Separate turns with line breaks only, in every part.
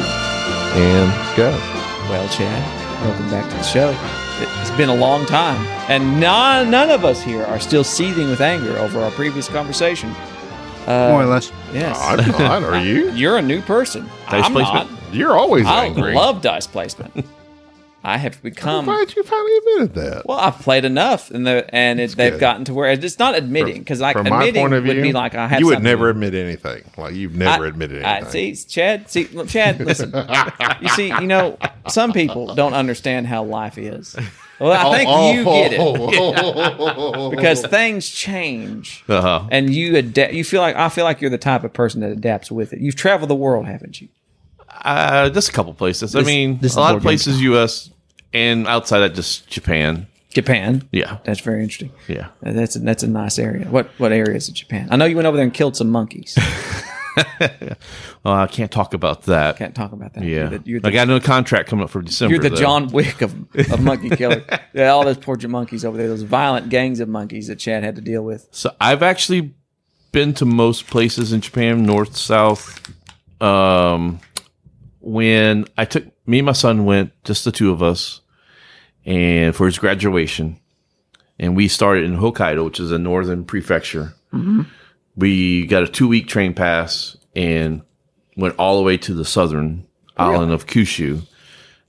And go.
Well, Chad, welcome back to the show. It's been a long time, and non, none of us here are still seething with anger over our previous conversation.
More or less.
Yes,
I'm not. Are you?
you're a new person.
Dice
I'm
placement.
not.
You're always
I
angry.
love dice placement. I have
I'm
become
glad you finally admitted that.
well. I've played enough, and the and it, they've
good.
gotten to where it's not admitting because like
From my
admitting
point of view,
would be like I have
you would
something-
never admit anything. Like you've never admitted
I-
anything.
see, Chad. See, look, Chad. Listen, you see, you know, some people don't understand how life is. Well,
Oh,
I think you get it because things change,
Uh-huh.
and you adapt. You feel like I feel like you're the type of person that adapts with it. You've traveled the world, haven't you?
Uh, just a couple places. I
This-
mean,
this
a lot
board
of
game
places, U.S. and outside that, just Japan.
Japan.
Yeah,
That's very interesting.
yeah.
Uh, That's a, that's a nice area. What what area is it, Japan? I know you went over there and killed some monkeys.
Well, I can't talk about that.
Can't talk about that.
Yeah,
You're the, you're the-
I got no contract coming up for December.
You're the
though.
John Wick of, of monkey killer. yeah, all those poor monkeys over there, those violent gangs of monkeys that Chad had to deal with.
So I've actually been to most places in Japan, north, south. Um, when I took me and my son went, just the two of us, and for his graduation, and we started in Hokkaido, which is a northern prefecture. We got a two week train pass and went all the way to the southern island of Kyushu.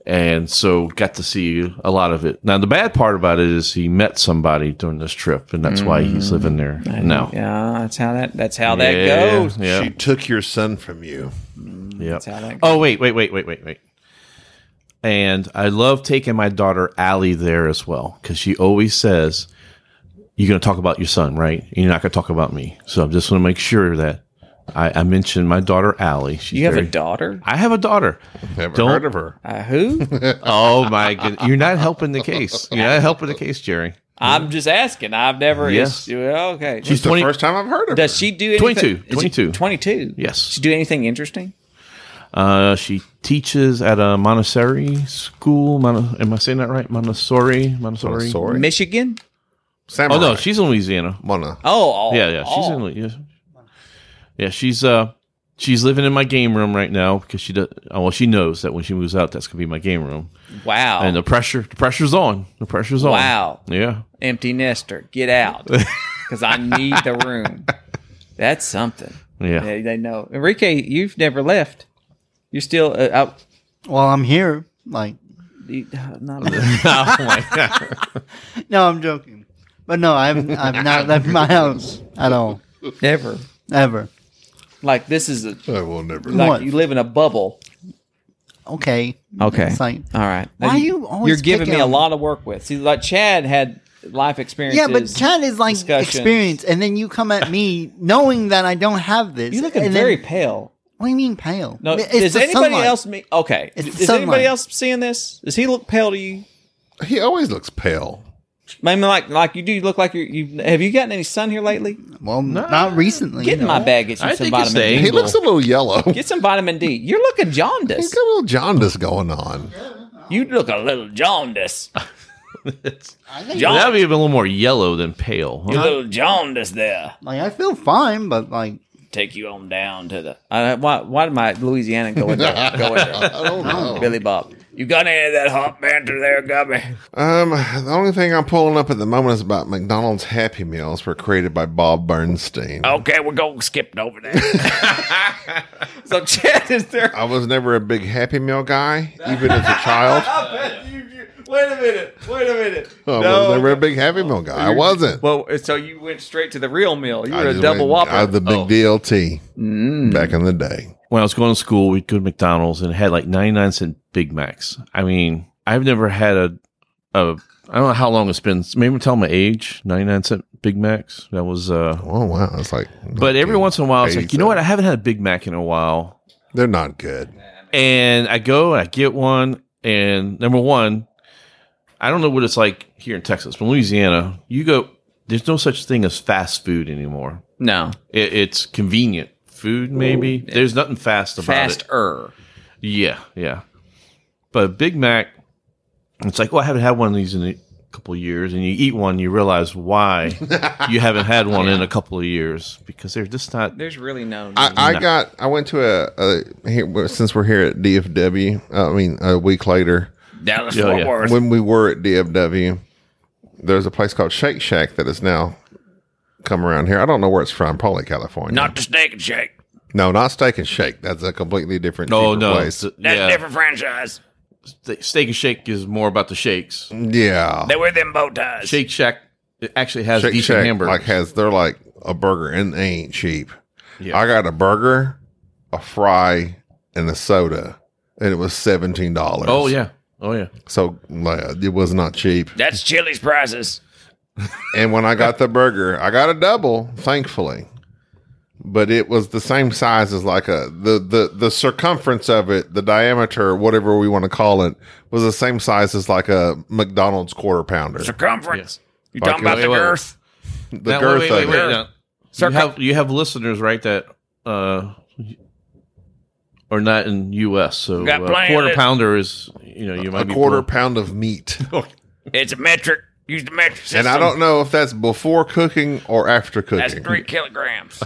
And so got to see a lot of it. Now, the bad part about it is he met somebody during this trip, and that's why he's living there now.
Yeah, that's how that that's how that
Yeah,
goes.
Yeah.
She took your son from you.
yeah.
That's how that goes.
Oh wait, wait, wait, wait, wait, wait. And I love taking my daughter Allie there as well because she always says, "You're going to talk about your son, right? And you're not going to talk about me." So I am just want to make sure that I, I mention my daughter Allie. She's
you have
very-
a daughter?
I have a daughter.
Never
Don't-
heard of her.
Uh, who?
Oh my goodness! You're not helping the case. You're not helping the case, Jerry.
I'm just asking. I've never.
Yes.
is- well, okay.
It's
She's
the
20
first time I've heard of
Does she do anything?
22,
is she
22.
22?
Yes.
Does she do anything interesting?
Uh, she teaches at a Montessori school. Mono, am I saying that right? Montessori.
her.
Montessori.
Sorry.
Michigan?
Samurai.
Oh no, she's in Louisiana.
Mona.
Oh, all,
yeah, yeah. She's
all.
in. Yeah. yeah, she's uh, she's living in my game room right now because she does. oh, Well, she knows that when she moves out, that's gonna be my game room.
Wow.
And the pressure, the pressure's on. The pressure's on.
Oh. Wow.
Yeah.
Empty nester. Get out. Because I need the room. That's something.
Yeah.
They, they know. Enrique, you've never left. You're still uh, out.
Well, I'm here. Like,
you- uh, Not
oh my god.
no, I'm joking. But no, I've I've not left my house at all,
never.
ever.
Like this is a,
I will never.
like
What?
you live in a bubble.
Okay.
Okay.
It's like,
All right.
Why
Now
are you always
You're giving
picking
me a
on-
lot of work with. See, like Chad had life experiences.
yeah, but Chad is like
discussions.
experience, and then you come at me knowing that I don't have this.
You're looking
and
very
Then,
pale.
what do you mean pale?
No,
It's
does
the
anybody
sunlight.
else me? Okay,
It's the
is anybody
sunlight.
else seeing this? Does he look pale to you?
He always looks pale.
Maybe like like you do. You look like you're, you have you gotten any sun here lately?
Well, not recently.
Get in my bag. Get you
I
some
think it's
vitamin D.
the
He looks a little yellow.
Get some vitamin D. You're looking
He's
jaundiced.
got a little jaundice going on.
You look a little jaundiced.
It's-
Jaund-
That'd be a little more yellow than pale.
you
huh?
little jaundiced there.
Like I feel fine, but like
Take you on down to the. Uh, why? Why did my Louisiana go in there? Go in there.
I don't know.
Billy Bob. You You got any of that hot banter there, Gubby?
Um, the only thing I'm pulling up at the moment is about McDonald's Happy Meals were created by Bob Bernstein.
Okay, we're going skipping over that. so Chad is there.
I was never a big Happy Meal guy, even as a child.
I bet you, you- wait a minute. Wait a minute.
I Oh, was never a bbig Happy Meal guy. I wasn't.
Well, so you went straight to the real meal. You
I
were a
just
double
went-
whopper.
I had the big
Oh. Mm.
DLT back in the day.
when I was going to school, we'd go to McDonald's and it had like 99 cent Big Macs. I mean, I've never had a, a I don't know how long it's been. Maybe tell my age, 99 cent Big Macs. That was, uh,
Oh wow, it's like.
but every once in a while, it's like, you know
87.
what? I haven't had a Big Mac in a while.
they're not good.
And I go and I get one. And number one, I don't know what it's like here in Texas, but in Louisiana, you go, there's no such thing as fast food anymore.
No,
It, it's convenient food, maybe. There's nothing fast about it.
faster.
Yeah, yeah. But a Big Mac, it's like, well, I haven't had one of these in a couple of years, and you eat one, you realize why you haven't had one in a couple of years because they're just not.
There's really no.
I, I got. I went to a, a here, since we're here at DFW. I mean, a week later
Dallas
Yeah,
Fort
yeah.
Worth.
when we were at DFW, there's a place called Shake Shack that has now come around here. I don't know where it's from. Probably California.
Not the Steak and Shake.
no, not Steak and Shake. That's a completely different.
No,
cheaper
Oh, no,
place.
it's-
That's a
yeah.
different franchise.
Ste- Steak and Shake is more about the shakes.
Yeah,
They wear them bow ties.
Shake Shack it actually has
Shake
decent
Shack
hamburgers.
like has they're like a burger and they ain't cheap.
Yeah.
I got a burger, a fry, and a soda, and it was seventeen dollars.
oh yeah, oh yeah.
so like, it was not cheap.
That's Chili's prices.
And when I got the burger, I got a double, thankfully. But it was the same size as like a the the the circumference of it, the diameter, whatever we want to call it, was the same size as like a McDonald's quarter pounder.
Circumference. You
Like,
talking about
wait,
the
wait, wait.
girth?
The
Now,
girth
wait, wait,
of
wait,
it.
wait, now.
Circum-
you have you have listeners right that uh, are not in U.S. So
Got
a
plans.
quarter pounder is you know you might
A
be
quarter
pulling-
pound of meat.
It's a metric. Use the metric system.
and I don't know if that's before cooking or after
That's
cooking.
three kilograms.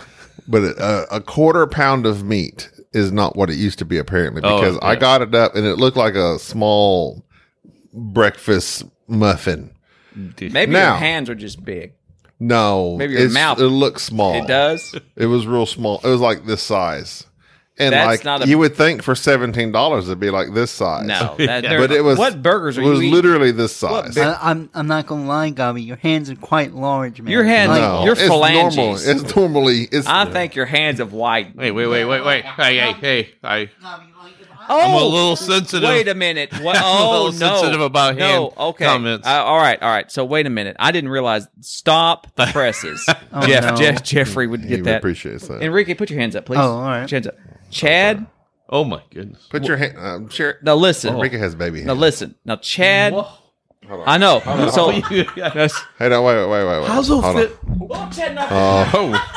But a, a quarter pound of meat is not what it used to be, apparently,
Oh,
because I
yeah.
got it up and it looked like a small breakfast muffin.
Maybe
Now-
your hands are just big.
No,
Maybe your
it's-
mouth.
It looks small.
It does.
It was real small. It was like this size, and
That's
like
not a-
you would think for seventeen dollars it'd be like this size.
No, that,
but it was
What burgers are
It was
you eating?
literally this size.
I, I'm I'm not gonna lie, Gobby. Your hands are quite large, man.
Your hands-
Like,
no,
your
it's normal.
phalanges.
It's normally it's
I think your hands have widened.
Wait, wait, wait, wait, wait. Hey, hey, hey. I,
Oh,
I'm a little sensitive.
Wait a minute. What?
I'm a
Oh,
little
no.
sensitive about
no.
hand
okay.
comments.
Uh, all right. All right. So wait a minute. I didn't realize. Stop presses.
Oh,
Jeff,
no.
Jeff, Jeffrey would
he
get that.
appreciates that.
Enrique, put your hands up, please.
Oh, all right.
Put your hands up. Chad.
Oh, my goodness.
Put your hand. Um, sure.
Now listen.
Rika has baby
Oh. Now
hands.
listen. Now Chad. I know. So that's
Hey, no, wait, wait, wait, wait. wait.
How's those
Hold on.
fit? Oh,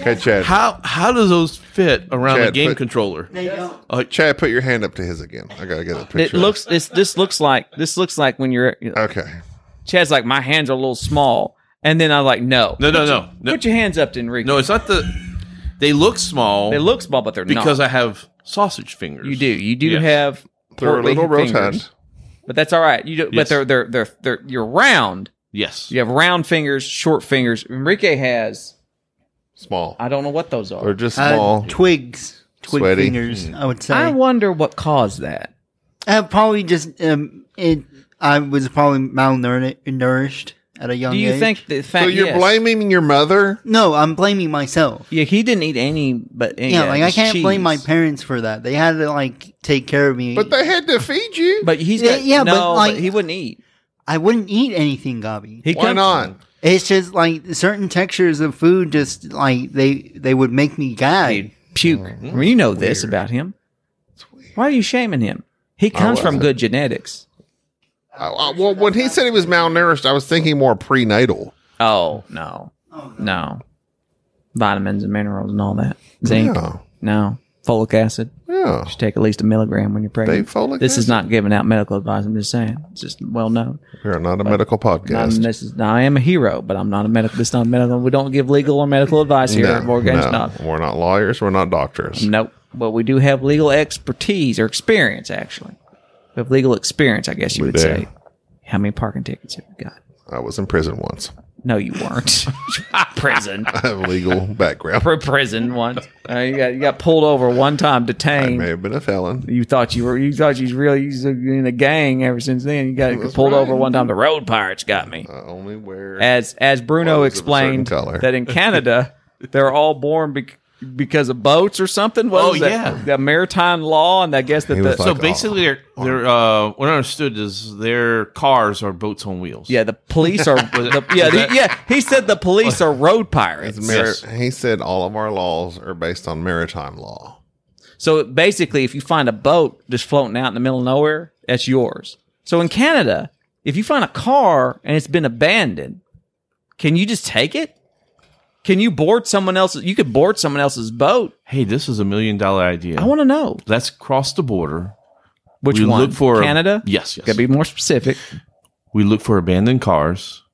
Okay, Chad.
how how does those fit around a
Chad,
game
put-
controller?
They don't.
Chad, put your hand up to his again. I gotta get a picture.
it. Looks. This. This looks like. This looks like when you're.
okay.
Chad's like my hands are a little small, and then I'm like no.
No, no, no, no.
Put your hands up, to Enrique.
No, it's not the. They look small
They look small, but they're
because
not.
I have sausage fingers.
you do. You do
Yes.
have.
They're a
portly
little
fingers,
rotund.
but that's all right. You do, but
Yes.
they're, they're they're they're you're round.
Yes.
You have round fingers, short fingers. Enrique has.
Small.
I don't know what those
They're
are.
just
Uh,
small.
twigs, twig
Sweaty.
fingers. I would say.
I wonder what caused that.
Uh, probably just um, it. I was probably malnourished at a young
Do
age.
you think the fact?
so you're
yes.
blaming your mother?
No, I'm blaming myself.
Yeah, he didn't eat any, but
Yeah, like I
just
can't blame my
cheese.
parents for that. They had to like take care of me.
But they had to feed you.
But he's
Yeah,
got,
yeah,
no,
but,
but
like-
he wouldn't eat.
I wouldn't eat anything, Gobby.
He
Why
comes-
not?
It's just like certain textures of food, just like they they would make me gag.
He'd puke. I mean, you know this about him. Why are you shaming him? He comes from
wasn't.
good genetics.
I- I- Uh, well, when he said he was malnourished, I was thinking more prenatal.
Oh no, no, vitamins and minerals and all that. Zinc,
Yeah,
no, folic acid.
yeah.
You should take at least a milligram when you're pregnant.
Take folic
this is
acid?
not giving out medical advice. I'm just saying. It's just well known.
We're not a medical
I'm,
podcast.
this is, I am a hero, but I'm not a medical. This is not medical. We don't give legal or medical advice here.
No,
at Board Games
no.
Not. Mm.
We're not lawyers. We're not doctors.
Nope. But we do have legal expertise or experience, actually. of legal experience, I guess you would
do.
say. How many parking tickets have you got?
I was in prison once.
No, you weren't.
prison.
I have a legal background.
For prison once. Uh, you got you got pulled over one time, detained.
May have been a felon.
you thought you were you thought you was really you was in a gang ever since then. You got pulled over one time. The
The
road
road pirates got me.
I only wear
as as Bruno
Clothes Uh, of a certain
explained
color.
that in Canada they're all born bec because of boats or something. What
Oh,
was that?
yeah.
the maritime law, and I guess that
He
the
was
So
Like,
basically, they're, they're uh, what I understood is their cars are boats on wheels.
yeah the police are the, yeah the, yeah he said the police are road pirates.
It's mar-
Yes.
He said all of our laws are based on maritime law.
So basically, if you find a boat just floating out in the middle of nowhere, that's yours. So in Canada, if you find a car and it's been abandoned, can you just take it? Can you board someone else's? You could board someone else's boat.
Hey, this is a million dollar idea.
I want to know
Let's cross the border.
which
we
one.
look for a-
Canada.
yes, yes.
Gotta be more specific.
we look for abandoned cars.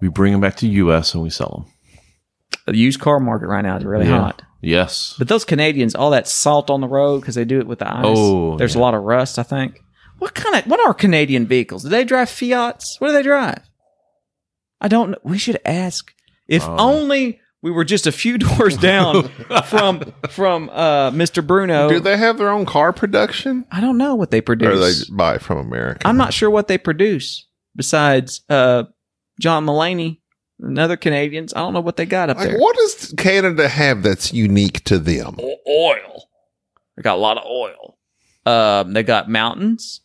We bring them back to U.S. and we sell them.
The used car market right now is really
Yeah.
hot.
Yes.
But those Canadians, all that salt on the road because they do it with the ice.
Oh,
there's a
yeah.
lot of rust. I think. What kind of what are Canadian vehicles? Do they drive Fiats? What do they drive? I don't know. We should ask. If
Oh.
only we were just a few doors down from from uh, Mr. Bruno.
Do they have their own car production?
I don't know what they
Or they
produce.
buy from America?
I'm not sure what they produce besides uh, John Mullaney and other Canadians. I don't know what they got up
Like,
there.
what does Canada have that's unique to them?
O- oil. I got a lot of oil.
Um, they got mountains.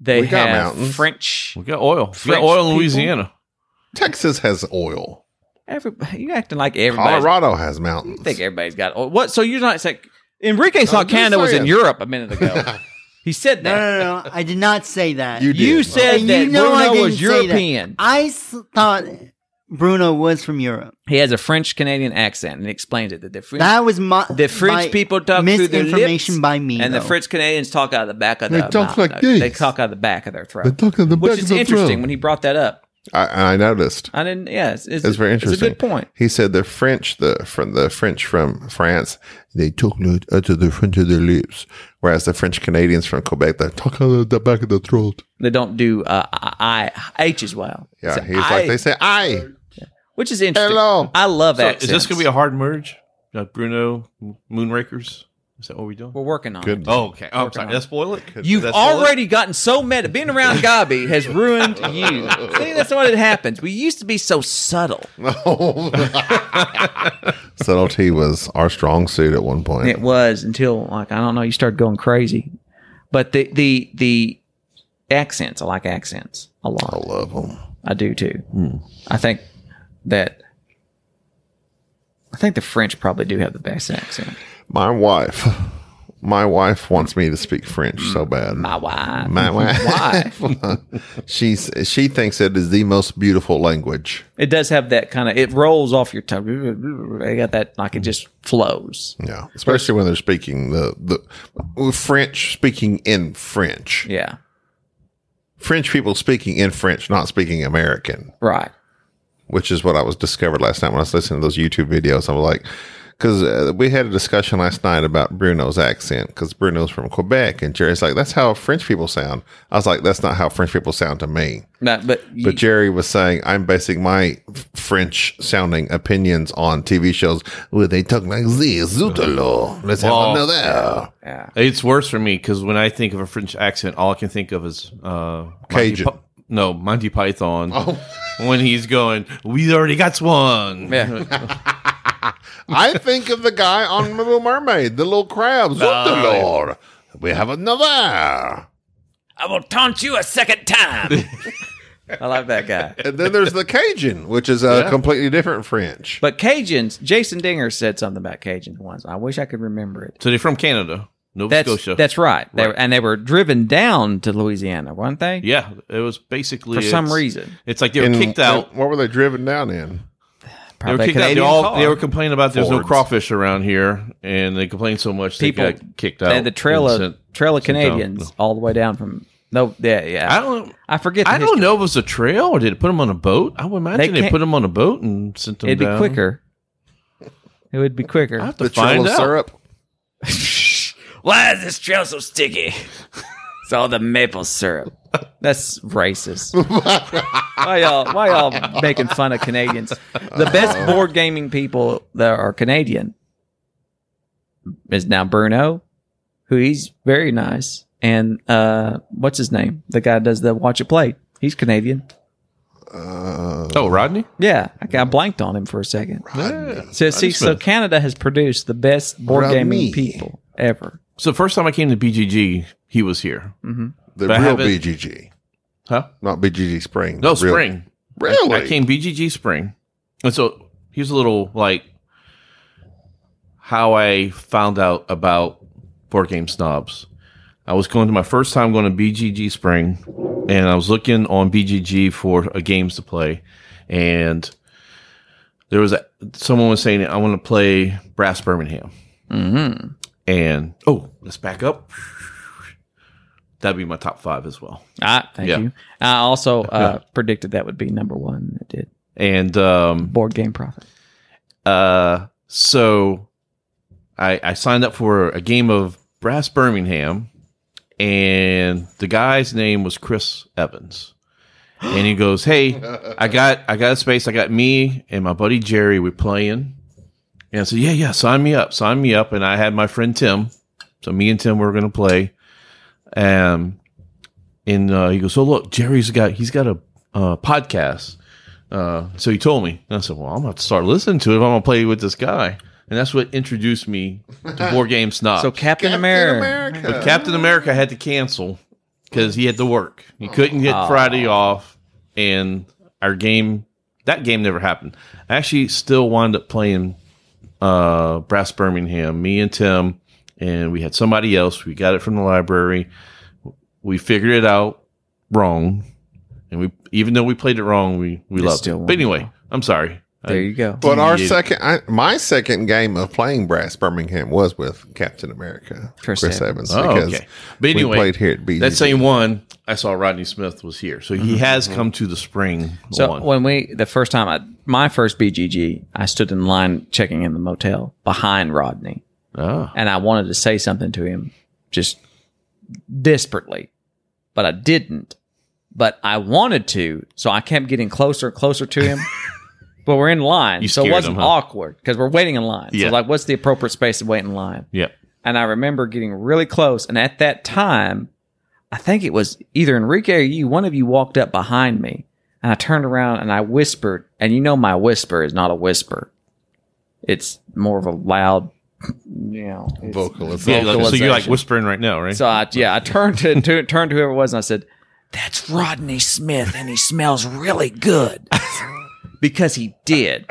They
We got
have
mountains.
French.
We got oil. We
French
got oil in
people.
Louisiana.
Texas has oil.
Every, you acting like everybody.
Colorado has
I
mountains.
think everybody's got oh, what? So you're not saying Enrique
I'm
thought
just
Canada was in
saying.
Europe a minute ago. he said
No,
that.
no, no, no. I did not say that.
You
You
did.
said
And
that
you know I
Bruno
didn't
was
say that.
European.
I s- thought Bruno was from Europe.
He has a French Canadian accent, and he explains it that the French,
That was my
the French
my
people talk through their
misinformation
lips,
by me,
and the
though.
French Canadians talk out of the back of
They
their
talk
mouth.
like
They
this.
talk out of the back of their
They're
throat,
talking the
which
back
is
of the
interesting.
drum.
When he brought that up,
I, I noticed.
I didn't. Yes, it's,
It's very interesting.
It's a good point.
He said the French, the from the French from France, they talk like out of the front of their lips, whereas the French Canadians from Quebec, they talk out of the back of the throat.
They don't do uh, I, I H as well.
Yeah,
It's a
he's
I,
like they say, "I
which is interesting.
hello."
I love
So
accents.
is this going to be a hard merge? Like Bruno Moonrakers? Is that what we're doing?
We're working on it.
Good.
Oh, okay. Oh, I'm sorry. Did I spoil it?
You've
Did I spoil it?
already gotten so mad. Being around Gabi has ruined you. See, that's what it happens. We used to be so subtle.
Subtlety was our strong suit at one point.
It was until like I don't know, you started going crazy. But the the the accents, I like accents a
I
lot.
love them.
I do too.
Hmm.
I think that I think the French probably do have the best accent.
My wife, my wife wants me to speak French so bad.
My wife.
My wife.
Why?
She's she thinks it is the most beautiful language.
It does have that kind of it rolls off your tongue. They got that like it just flows.
Yeah, especially when they're speaking the the French speaking in French.
Yeah.
French people speaking in French, not speaking American,
Right.
which is what I was discovered last night when I was listening to those YouTube videos. I was like, because uh, we had a discussion last night about Bruno's accent because Bruno's from Quebec, and Jerry's like, "That's how French people sound." I was like, "That's not how French people sound to me."
No, but
But Jerry was saying, I'm basing my French sounding opinions on TV shows where they talk like this, Zutalo. Let's have
Well-
another.
yeah.
It's worse for me because when I think of a French accent, all I can think of is uh, Monty
Cajun.
Pyth- no, Monty Python. When he's going, we already got one.
Oh. Yeah.
I think of the guy on Little Mermaid, the little crab, Zutalo. We have another.
I will taunt you a second time.
I like that guy.
And then there's the Cajun, which is a completely different French.
But Cajuns, Jason Dinger said something about Cajuns once. I wish I could remember it.
So they're from Canada, Nova
That's
Scotia.
that's right. They were, and they were driven down to Louisiana, weren't they?
yeah. It was basically
For some
it's-
reason.
It's like they were
And
kicked out.
What were they driven down in?
They were
Probably
kicked out. They,
Canadian
all,
car.
they were complaining about there's no
Fords.
crawfish around here, and they complained so much they
People-
got kicked out.
They had the trail
and
of
sent-
trail of
sent down.
Canadians all the way down from no yeah, yeah.
I don't.
I forget the
I don't
history.
know if it was a trail or did it put them on a boat. I would imagine they,
can't-
put them on a boat and sent them.
It'd be
down.
quicker. It would be quicker.
I have to
The
find
Trello
out.
syrup?
Why is this trail so sticky? It's all the maple syrup.
That's racist. why y'all why y'all making fun of Canadians? The best board gaming people that are Canadian is now Bruno, who he's very nice. And uh what's his name? The guy does the watch it play. He's Canadian.
Uh,
Oh, Rodney?
Yeah, I got blanked on him for a second.
Yeah.
So see, so Canada has produced the best board
Rodney.
gaming people ever.
So the first time I came to BGG, he was here.
Hmm.
The
But I
real
haven't-
BGG,
Huh?
not BGG Spring.
No,
the real-
spring.
Really?
I came BGG spring. And so here's a little like how I found out about board game snobs. I was going to my first time going to BGG spring and I was looking on BGG for uh, games to play and there was a, someone was saying I want to play Brass Birmingham.
Mm-hmm.
And oh, let's back up. That'd be my top 5 as well.
Ah, thank
Yeah.
you. I also uh, predicted that would be number one. It did.
And um
Board game profit.
Uh, so I, I signed up for a game of Brass Birmingham, and the guy's name was Chris Evans. And he goes, "Hey, I got I got a space. I got me and my buddy Jerry. We're playing." And I said, "Yeah, yeah, sign me up, sign me up." And I had my friend Tim. So me and Tim were going to play. Um, and uh, he goes, "So look, Jerry's got he's got a uh, podcast." Uh, so he told me, and I said, "Well, I'm going to start listening to it. if I'm going to play with this guy." And that's what introduced me to board game snob.
So Captain, America.
America.
But Captain America had to cancel because he had to work. He couldn't
Oh.
get Friday off, and our game that game never happened. I actually still wound up playing uh, Brass Birmingham. Me and Tim, and we had somebody else. We got it from the library. We figured it out wrong, and we even though we played it wrong, we we loved
still
it.
won.
But anyway, I'm sorry.
There you go.
But our
Yeah.
second, I, my second game of playing Brass Birmingham was with Captain America,
Chris
Chris,
Evans.
Evans.
Oh,
because
okay. But anyway,
we played here at Mm-hmm. BGG.
that same one. I saw Rodney Smith was here, so he has come to the spring
So
one.
when we the first time I my first BGG, I stood in line checking in the motel behind Rodney,
Oh.
Ah.
and I wanted to say something to him, just desperately, but I didn't. But I wanted to, so I kept getting closer and closer to him. but we're in line,
You
so it
scared
wasn't
him, huh?
awkward because we're waiting in line.
Yeah.
So like, what's the appropriate space to wait in line?
Yep.
and I remember getting really close. And at that time, I think it was either Enrique or you, one of you walked up behind me, and I turned around and I whispered. And you know, my whisper is not a whisper; it's more of a loud, you know, it's-
Yeah,
vocalization.
like- so you're like
vocalization.
whispering right now, right?
So I, yeah, I turned to, to turned to whoever it was, and I said,
That's Rodney Smith, and he smells really good.
"Because he did."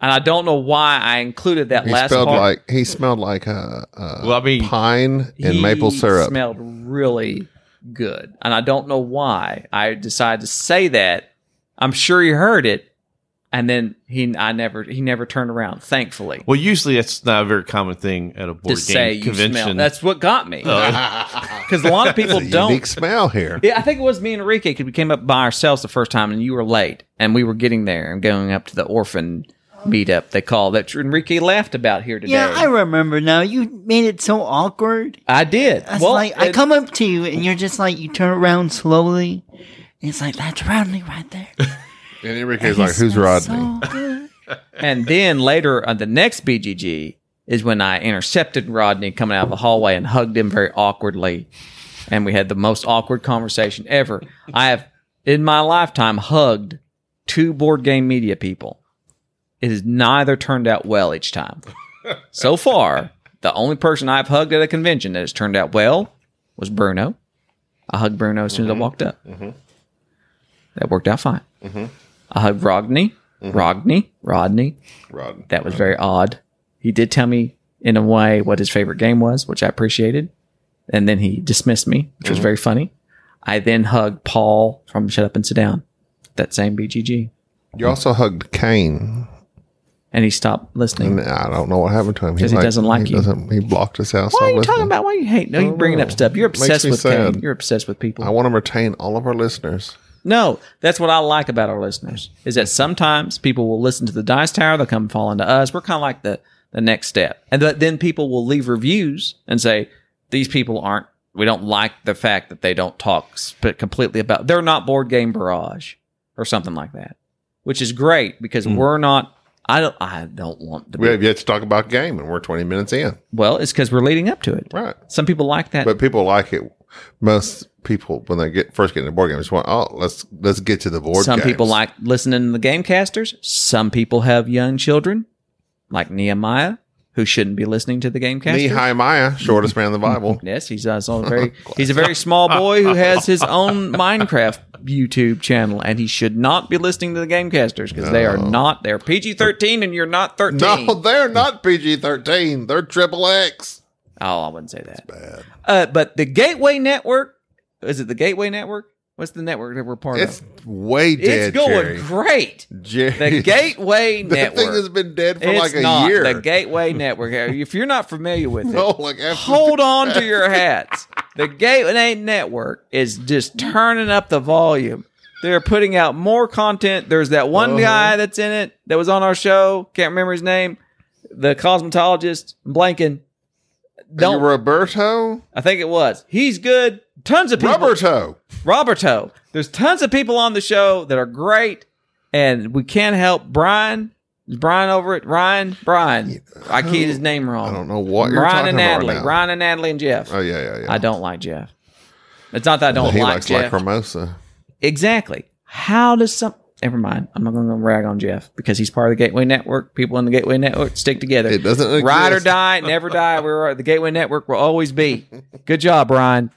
And I don't know why I included that
he
last
smelled
part.
like he smelled like uh, uh,
well, I mean,
pine and
He
maple syrup.
Smelled really good, and I don't know why I decided to say that. I'm sure he heard it, and then he I never he never turned around. Thankfully,
well, usually that's not a very common thing at a
to
board
say
game
you smell
convention.
that's what got me because a lot of people
Unique
don't.
smell here.
Yeah, I think it was me and Enrique because we came up by ourselves the first time, and you were late, and we were getting there and going up to the orphan meetup. They call that Enrique laughed about here today.
Yeah, I remember now. You made it so awkward.
I did.
That's
well,
like I
it-
come up to you and you're just like you turn around slowly. And it's like that's Rodney right there.
And Enrique's like, "Who's Rodney?"
So good.
And then later on the next BGG is when I intercepted Rodney coming out of the hallway and hugged him very awkwardly. And we had the most awkward conversation ever. I have, in my lifetime, hugged two board game media people. It has neither turned out well each time. So far, the only person I've hugged at a convention that has turned out well was Bruno. I hugged Bruno as soon as I walked up. That worked out fine. I hugged Rodney, Rodney, Rodney.
Rodney.
That was very odd. He did tell me in a way what his favorite game was, which I appreciated. And then he dismissed me, which was very funny. I then hugged Paul from Shut Up and Sit Down, that same BGG.
You also hugged Kane.
And he stopped listening.
And I don't know what happened to him.
'Cause he doesn't like
he
you.
Doesn't, he blocked us out.
What are you talking about? Why are you hate? No, you bringing up stuff. You're
Makes
Oh. obsessed
me
with Kane.
sad.
You're obsessed with people.
I want to retain all of our listeners.
No, that's what I like about our listeners is that sometimes people will listen to the Dice Tower, they'll come fall into us. We're kind of like the the next step, and th- then people will leave reviews and say these people aren't we don't like the fact that they don't talk sp- completely about they're not board game barrage or something like that, which is great because
Hmm.
we're not. I don't. I don't want to.
We
Be,
have yet to talk about game, and we're 20 minutes in.
well, it's because we're leading up to it.
Right.
Some people like that.
But people like it. Most people, when they get first get into board games, just want, oh, let's let's get to the board
some people
games."
like listening to the gamecasters. Some people have young children, like Nehemiah, who shouldn't be listening to the gamecasters.
Nehemiah, shortest man in the Bible.
Yes, he's also a very he's a very small boy who has his own Minecraft YouTube channel, and he should not be listening to the Gamecasters because they are not they're PG thirteen, and you're not thirteen.
No, they're not PG 13. They're triple X.
Oh, I wouldn't say that. Uh, but the Gateway Network is it the Gateway Network? What's the network that we're part
It's
of?
way dead.
it's going
Jerry.
great.
Jerry.
The Gateway
That
Network.
thing has been dead for
it's
like a
not
year.
the Gateway Network. If you're not familiar with it,
no, like after
hold on to your hats. The Gateway Network is just turning up the volume. They're putting out more content. There's that one
Uh-huh.
guy that's in it that was on our show. Can't remember his name. The cosmetologist, I'm blanking. Don't
Roberto,
I think it was. He's good. Tons of people.
Roberto.
Roberto. There's tons of people on the show that are great, and we can't help Brian. Is Brian over it. Ryan. Brian. I keyed his name wrong.
I don't know what you're
Ryan
talking
and
about
Natalie.
now.
Ryan and Natalie and Jeff.
Oh yeah, yeah, yeah.
I don't like Jeff. It's not that I don't
he
like
likes
Jeff.
Lacrimosa.
exactly. How does some? Never mind. I'm not going to rag on Jeff because he's part of the Gateway Network. People in the Gateway Network stick together.
It doesn't exist.
ride or die, never die. We're the Gateway Network will always be. Good job, Brian.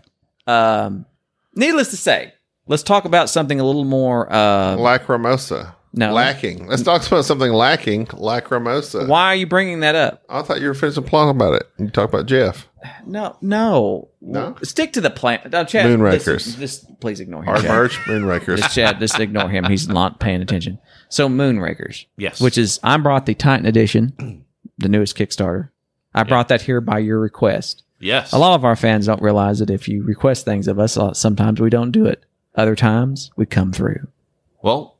Um, needless to say, let's talk about something a little more. Uh,
Lacrimosa.
No.
Lacking. Let's talk about something lacking. Lacrimosa.
why are you bringing that up?
I thought you were finishing plot about it. You talk about Jeff.
No, no,
No?
Stick to the plan. No, Chad,
Moonrakers.
This, this, please ignore him.
Our
Chad.
merch, Moonrakers.
Just Chad, just ignore him. He's not paying attention. So Moonrakers.
Yes.
Which is I brought the Titan edition, the newest Kickstarter. I brought that here by your request.
Yes.
A lot of our fans don't realize that if you request things of us, uh, sometimes we don't do it. Other times we come through.
Well,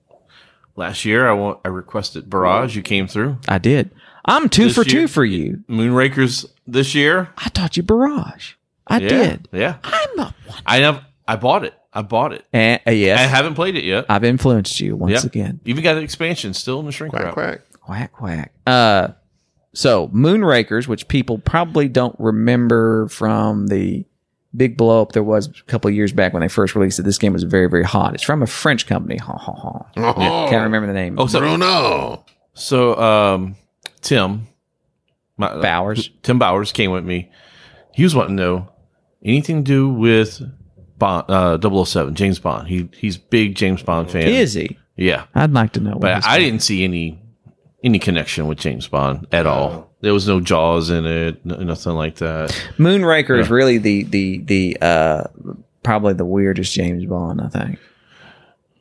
last year I wa- I requested Barrage. You came through.
I did. I'm two
This
for
year-
two for you.
Moonrakers this year.
I taught you barrage. I
yeah,
did.
Yeah.
I'm a one.
I have. I bought it. I bought it.
And, uh, yes,
I
I
haven't played it yet.
have influenced you once
Yeah.
again.
Even got an expansion still in the shrink
quack
wrap.
quack.
Quack quack. Uh, so Moonrakers, which people probably don't remember from the big blow up there was a couple of years back when they first released it. This game was very very hot. It's from a French company. Ha ha ha.
Oh,
Can't remember the name.
Oh, so
Bruno.
so um, Tim, my, uh,
Bowers.
Tim Bowers came with me. He was wanting to know anything to do with Bond, uh, 007, James Bond. He he's big James Bond fan.
Is he?
Yeah,
I'd like to know. what
but
his-
I didn't see any any connection with James Bond at all. There was no Jaws in it, n- nothing like that.
Moonraker is really the the the uh probably the weirdest James Bond I think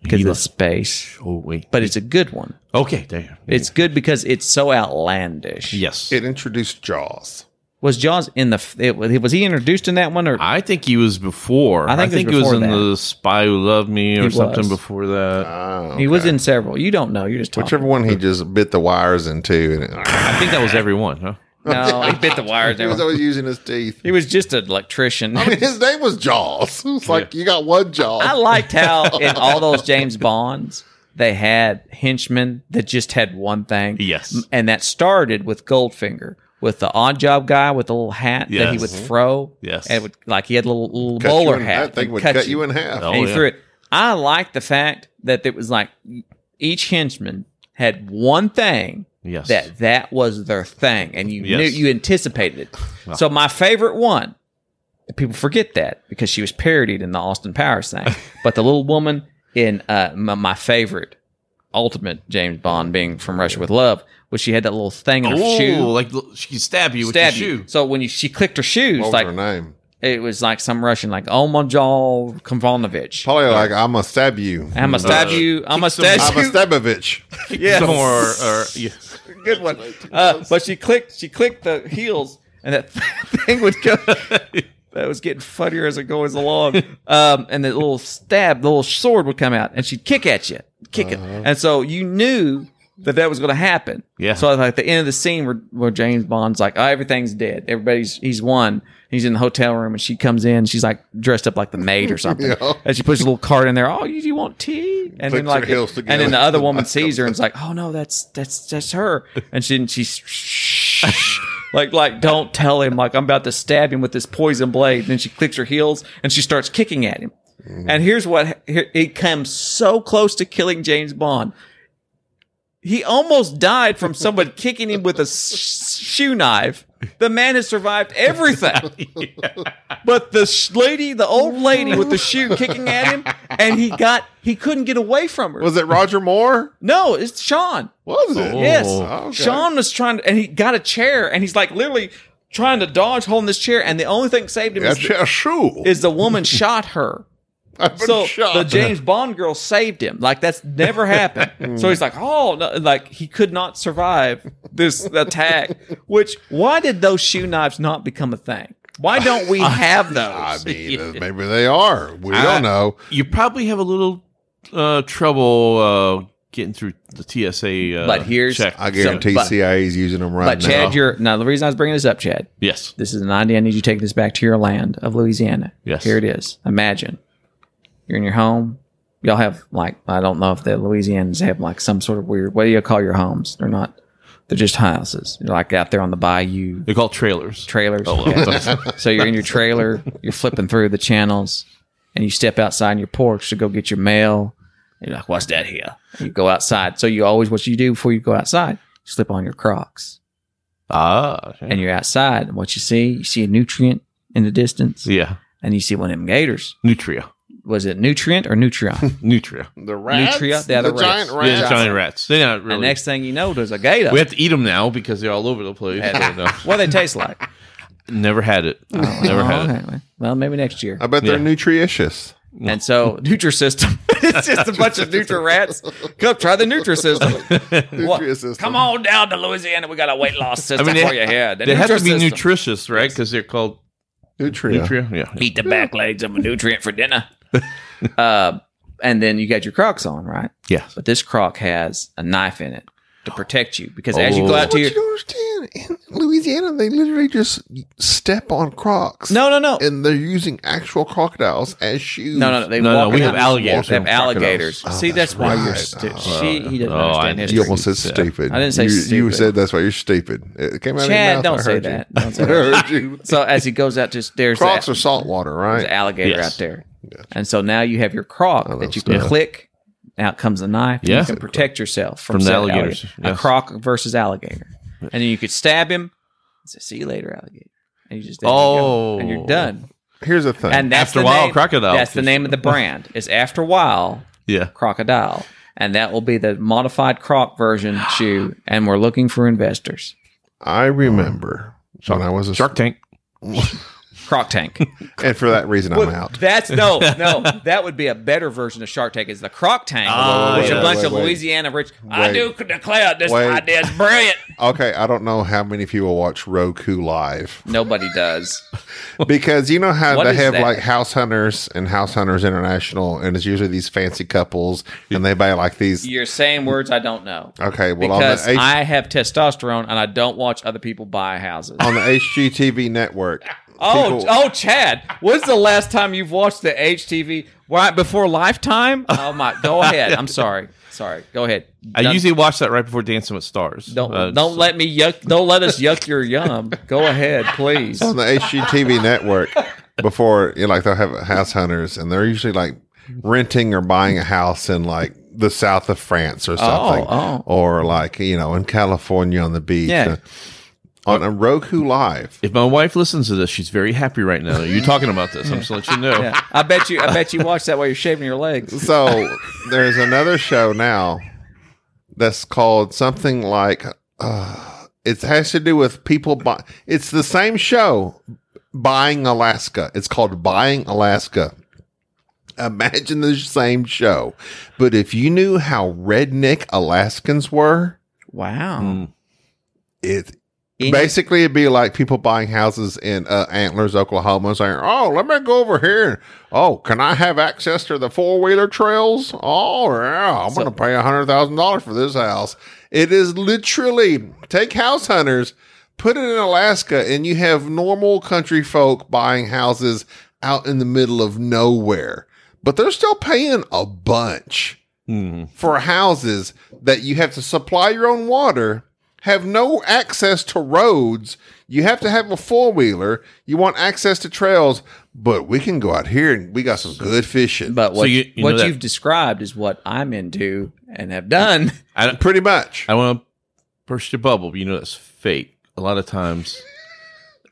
because
He
it's space,
Oh wait,
but it's a good one.
okay, there.
It's good because it's so outlandish.
yes.
It introduced Jaws.
Was Jaws in the? f- It, was he introduced in that one or?
I think he was before.
I
I
think
think,
it was
he was
before
in
that.
the Spy Who Loved Me or
He
something
was.
before that.
Oh,
He was in several. You don't know. You're just talking.
whichever one he just bit the wires into, and it,
I think that was everyone, huh?
No, he bit the wires.
he was always using his teeth.
He was just an electrician.
I mean, his name was Jaws. It's like you got one Jaws.
I liked how in all those James Bonds they had henchmen that just had one thing.
Yes.
M- and that started with Goldfinger with the odd job guy with the little hat that he
Yes.
would throw.
Yes.
and it would, like he had a little, little
Cut
bowler
you in-
hat.
That thing
and
would cut, you in half.
No.
and he
Oh, yeah.
threw it. I liked the fact that it was like each henchman had one thing
Yes.
that that was their thing and you
Yes.
knew you anticipated it so my favorite one and people forget that because she was parodied in the austin powers thing but the little woman in uh, my, my favorite ultimate james bond being from russia with love was she had that little thing in her
oh,
shoe
like l- she could stab you
stab
with your
you.
shoe.
so when you, she clicked her shoes
What was
like
her name?
it was like some russian like "Oh omajal konvanovich
Probably like I'm gonna stab you.
i'm gonna stab
Uh,
you i'm gonna
kick some-
stab
I'm
you
a Stabovich.
Yes. Or, or, uh, yeah.
good one. Uh, but she clicked. She clicked the heels, and that thing would go. that was getting funnier as it goes along. Um, and the little stab, the little sword would come out, and she'd kick at you, kick it. And so you knew that that was going to happen.
Yeah.
So like the end of the scene where, where James Bond's like, "Oh, everything's dead. Everybody's he's won." He's in the hotel room, and she comes in. She's like dressed up like the maid or something,
Yeah.
and she puts a little card in there. Oh, you, you want tea? And
Clicks
then like,
her heels
and
together.
then the other woman sees her and is like, oh no, that's that's that's her. And she and she's shh, like like don't tell him like I'm about to stab him with this poison blade. then she clicks her heels and she starts kicking at him.
Mm-hmm.
And here's what here, it comes so close to killing James Bond. He almost died from someone kicking him with a s- shoe knife. The man has survived everything. But the sh- lady, the old lady with the shoe kicking at him, and he got he couldn't get away from her.
Was it Roger Moore?
no, it's Sean.
Was it?
Yes.
Oh, okay.
Sean was trying to, and he got a chair and he's like literally trying to dodge holding this chair and the only thing that saved him
That's
is,
a shoe.
is the woman shot her.
I've been
So
shot.
the James Bond girl saved him. Like that's never happened. so he's like, oh, no, like he could not survive this attack. Which why did those shoe knives not become a thing? Why don't we have
I
those?
mean, maybe they are. We
I-
don't know.
You probably have a little uh, trouble uh, getting through the TSA. Uh,
But here's-
check.
I guarantee
but-
CIA is using them right
But
now.
Chad, you're now the reason I was bringing this up, Chad.
yes.
This is an idea. I need you taking this back to your land of Louisiana.
Yes.
Here it is. Imagine you're in your home. Y'all have like I don't know if the Louisians have like some sort of weird. What do you call your homes? They're not. They're just houses. You're like out there on the bayou
They're called trailers.
trailers.
Oh,
Yeah.
well, that's-
So you're in your trailer, you're flipping through the channels, and you step outside on your porch to go get your mail. You're like, what's that here? And you go outside. So you always, what you do before you go outside, you slip on your Crocs
ah,
and you're outside. And what you see, you see a nutrient in the distance
yeah,
and you see one of them gators.
nutria,
Was it nutrient or nutrion?
nutria.
the rats,
Nutria, the other
giant
Yeah,
rats.
giant rats. They're not really.
And next thing you know, there's a gator.
we have to eat them now because they're all over the place. I don't know.
what do they taste like?
Never had it.
Oh,
Never had it.
Well, maybe next year.
I bet they're nutritious.
And so Nutrisystem, it's just a bunch of Nutri rats. Come try the Nutrisystem. What-
Nutrisystem.
Come on down to Louisiana. We got a weight loss system
I mean,
for you here. The
they have to be
Nutrisystem.
nutritious, right? Because they're called
Nutria.
nutria. Yeah.
Eat the back legs of a nutrient for dinner. uh, and then you got your Crocs on, right?
Yeah.
But this Croc has a knife in it to protect you because as you go
Oh.
out to
But
your
you don't understand. In Louisiana, they literally just step on crocs.
no, no, no,
And they're using actual crocodiles as shoes.
no, no, no. They
No, no,
walk
we
around-
have alligators.
They have
We don't have
alligators.
crocodiles.
See, that's, why you're
right.
stu- she. He doesn't
Oh, I-
understand history.
You almost said stupid.
I didn't say
you, You
stupid.
said that's why you're stupid. It came out of
Chad,
your mouth.
don't
I
say
heard you.
that. Don't say
I
that.
heard you.
So as he goes out, just there's
Crocs
that,
are saltwater,
there's
right?
an alligator
Yes.
out there, and so now you have your croc that you can
stuff.
click. Out comes the knife. and
Yeah.
you can protect yourself from,
From the
said
alligators,
alligator. A
yes.
croc versus alligator, and then you could stab him. and Say, "See you later, alligator." And you just there you go.
Oh.
and you're done.
Here's the thing.
And that's
After
the
a while,
name,
crocodile
That's the
fish.
name of the brand. It's after a while
Yeah.
crocodile, and that will be the modified croc version shoe. And we're looking for investors.
I remember when I was a
Shark Tank.
Croc Tank.
and for that reason I'm
Well,
out.
That's no, no. That would be a better version of Shark Tank. Is the Croc Tank,
Ah,
which
yeah.
a bunch
Wait,
of
wait.
Louisiana rich. I
Wait.
do declare this
Wait.
idea is brilliant.
Okay, I don't know how many people watch Roku live
Nobody does.
because you know how
What
they
is
have
that?
like House Hunters and House Hunters International, and it's usually these fancy couples, and they buy like these.
You're saying words I don't know.
Okay, well on
Because
the H-
I have testosterone and I don't watch other people buy houses.
on the HGTV network.
Oh,
people-
oh, Chad! When's the last time you've watched the HTV? Right before Lifetime? Oh my! Go ahead. I'm sorry. Sorry. Go ahead.
I
Don't-
usually watch that right before Dancing with Stars.
don't
Uh,
don't let me yuck. Don't let us yuck your yum. Go ahead, please.
on the HGTV network before you know, like they'll have house hunters and they're usually like renting or buying a house in like the south of France or something
oh.
or like you know in California on the beach
Yeah.
on a Roku live
If my wife listens to this, she's very happy right now. You're talking about this. I'm just letting you know.
Yeah. I bet you. I bet you watch that while you're shaving your legs.
so there's another show now that's called something like uh, it has to do with people buy it's the same show buying alaska it's called buying alaska imagine the same show but if you knew how redneck alaskans were
Wow.
Mm.
it
Mm.
basically it'd be like people buying houses in uh, antlers oklahoma saying oh let me go over here oh can i have access to the four-wheeler trails oh yeah i'm gonna pay a hundred thousand dollars for this house it is literally take house hunters Put it in Alaska and you have normal country folk buying houses out in the middle of nowhere, but they're still paying a bunch for houses that you have to supply your own water, have no access to roads, you have to have a four wheeler, you want access to trails, but we can go out here and we got some good fishing.
But what,
you- you know
what
that-
you've described is what I'm into and have done.
I,
Pretty much.
I want to burst your bubble, but you know that's fake. A lot of times,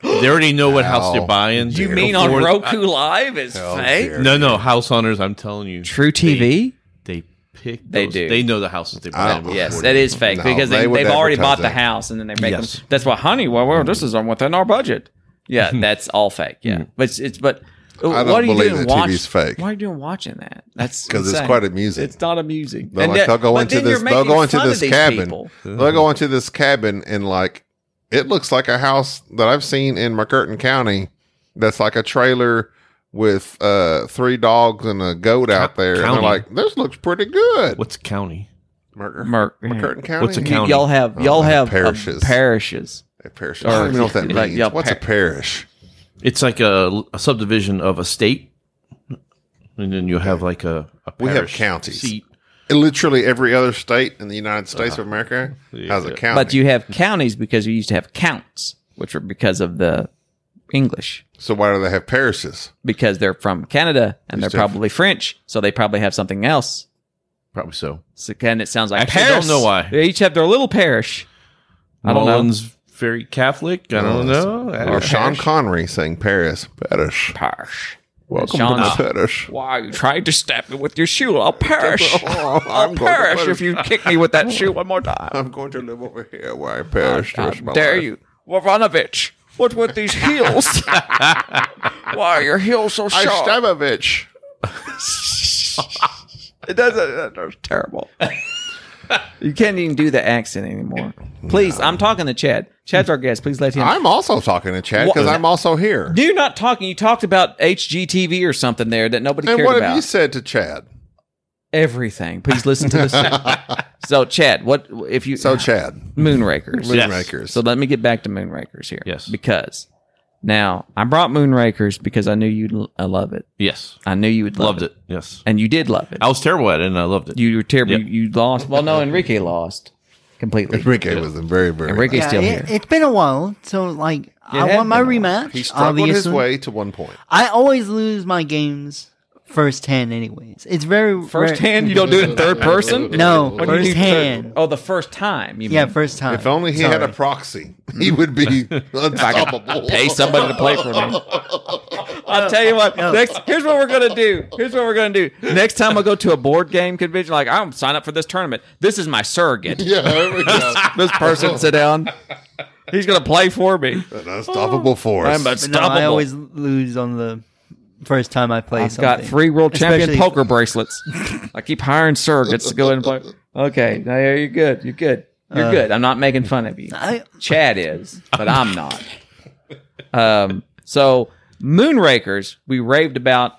they already know what house
How
they're buying.
You
mean on
before-
Roku Live is
Hell,
fake.
dear.
No, no, house hunters. I'm telling you,
True TV.
they pick.
They
those-
do. Oh,
They know the houses they
I
buy.
don't know.
Yes,
Yes, that is fake
No,
because
they
they,
would
they have already bought the
advertise that.
house and then they make
Yes.
them. That's why, honey. Well, well, this is on within our budget. Yeah, that's all fake. Yeah, but it's, it's but
I don't
what are you
believe
doing?
that
watch-
TV's fake.
Why are you doing watching that? That's
'Cause it's
insane.
quite amusing.
It's not amusing.
They're
And
like,
that-
they'll go
but
into
then
this.
you're making
They'll go into
fun of
this
these
cabin.
people.
They'll go into this cabin and like it looks like a house that I've seen in McCurtain County. That's like a trailer with uh three dogs and a goat out there. And
county.
they're like, this looks pretty good.
What's county?
Mercer-
Merc-
McCurtain County.
What's a county?
Y'all have
Oh,
y'all
they have
have parishes.
parishes.
parishes.
A parish. I don't even know what that means.
Like, yeah,
What's a
par-
parish?
It's like a, a subdivision of a state, and then you have like a, a
We have
parish
counties.
seat.
Literally every other state in the United States of America has a county.
Uh-huh. But you have counties because you used to have counts, which are because of the English,
so why do they have parishes?
because they're from Canada and they're
Used to have-
probably French, so they probably have something else.
Probably so.
So, and it sounds like
Actually, I
Paris.
don't know why.
They each have their little parish. I don't know.
Mullen's very Catholic. I
Oh,
don't know. I
Or
don't-
Sean Connery saying Paris. Parish.
Parish.
Welcome
Sean-
to the parish.
Why you tried to stab me with your shoe? I'll perish.
Oh,
I'll
I'm going to
perish
parish.
if you kick me with that shoe one more time.
I'm going to live over here where I perished. the
How
rest of my
dare
life.
you, Voronovich? What with these heels? Why are your heels so
I
sharp?
stab a bitch.
It doesn't. That's terrible. you can't even do the accent anymore. Please, I'm talking to Chad. Chad's our guest. Please let him.
I'm also talking to Chad because
What-
I'm also here.
you're not talking. You talked about HGTV or something there that nobody
And
cared
what
about.
have you said to Chad?
Everything. Please listen to this. so, Chad, what if you
So Chad,
Moonrakers?
Moonrakers.
So let me get back to Moonrakers here.
Yes.
Because now I brought Moonrakers because I knew you'd l- I love it.
Yes,
I knew you would love
loved it. Yes,
and you did love it.
I was terrible at it, and I loved it.
You were terrible.
Yep.
You, you lost. Well, no, Enrique lost completely.
Enrique was a very, very.
Enrique-
nice-
still here.
It, has been a while, so like I
had
want my
been a
rematch.
He struggled
obviously.
his way to one point.
I always lose my games firsthand, anyways. It's very
First
rare-
hand, you don't do it in third person.
No,
What do you do
first hand.
third- Oh, the first time. You
Yeah,
mean.
first time.
If only he had a proxy, he would be unstoppable.
pay somebody to play for me. I'll tell you what. Next, here's what we're gonna do. Here's what we're gonna do. Next time I go to a board game convention, like I'm sign up for this tournament. This is my surrogate.
yeah, there we go.
This person sit down. He's gonna play for me.
An unstoppable force.
I'm
But no, I
unstoppable.
always lose on the first time I play
I've
something.
got three world champion
Especially-
poker bracelets. I keep hiring surrogates to go in and play. Okay, now you're good. You're good. You're
Uh,
good. I'm not making fun of you.
I,
Chad is, but I'm not. Um, so Moonrakers, we raved about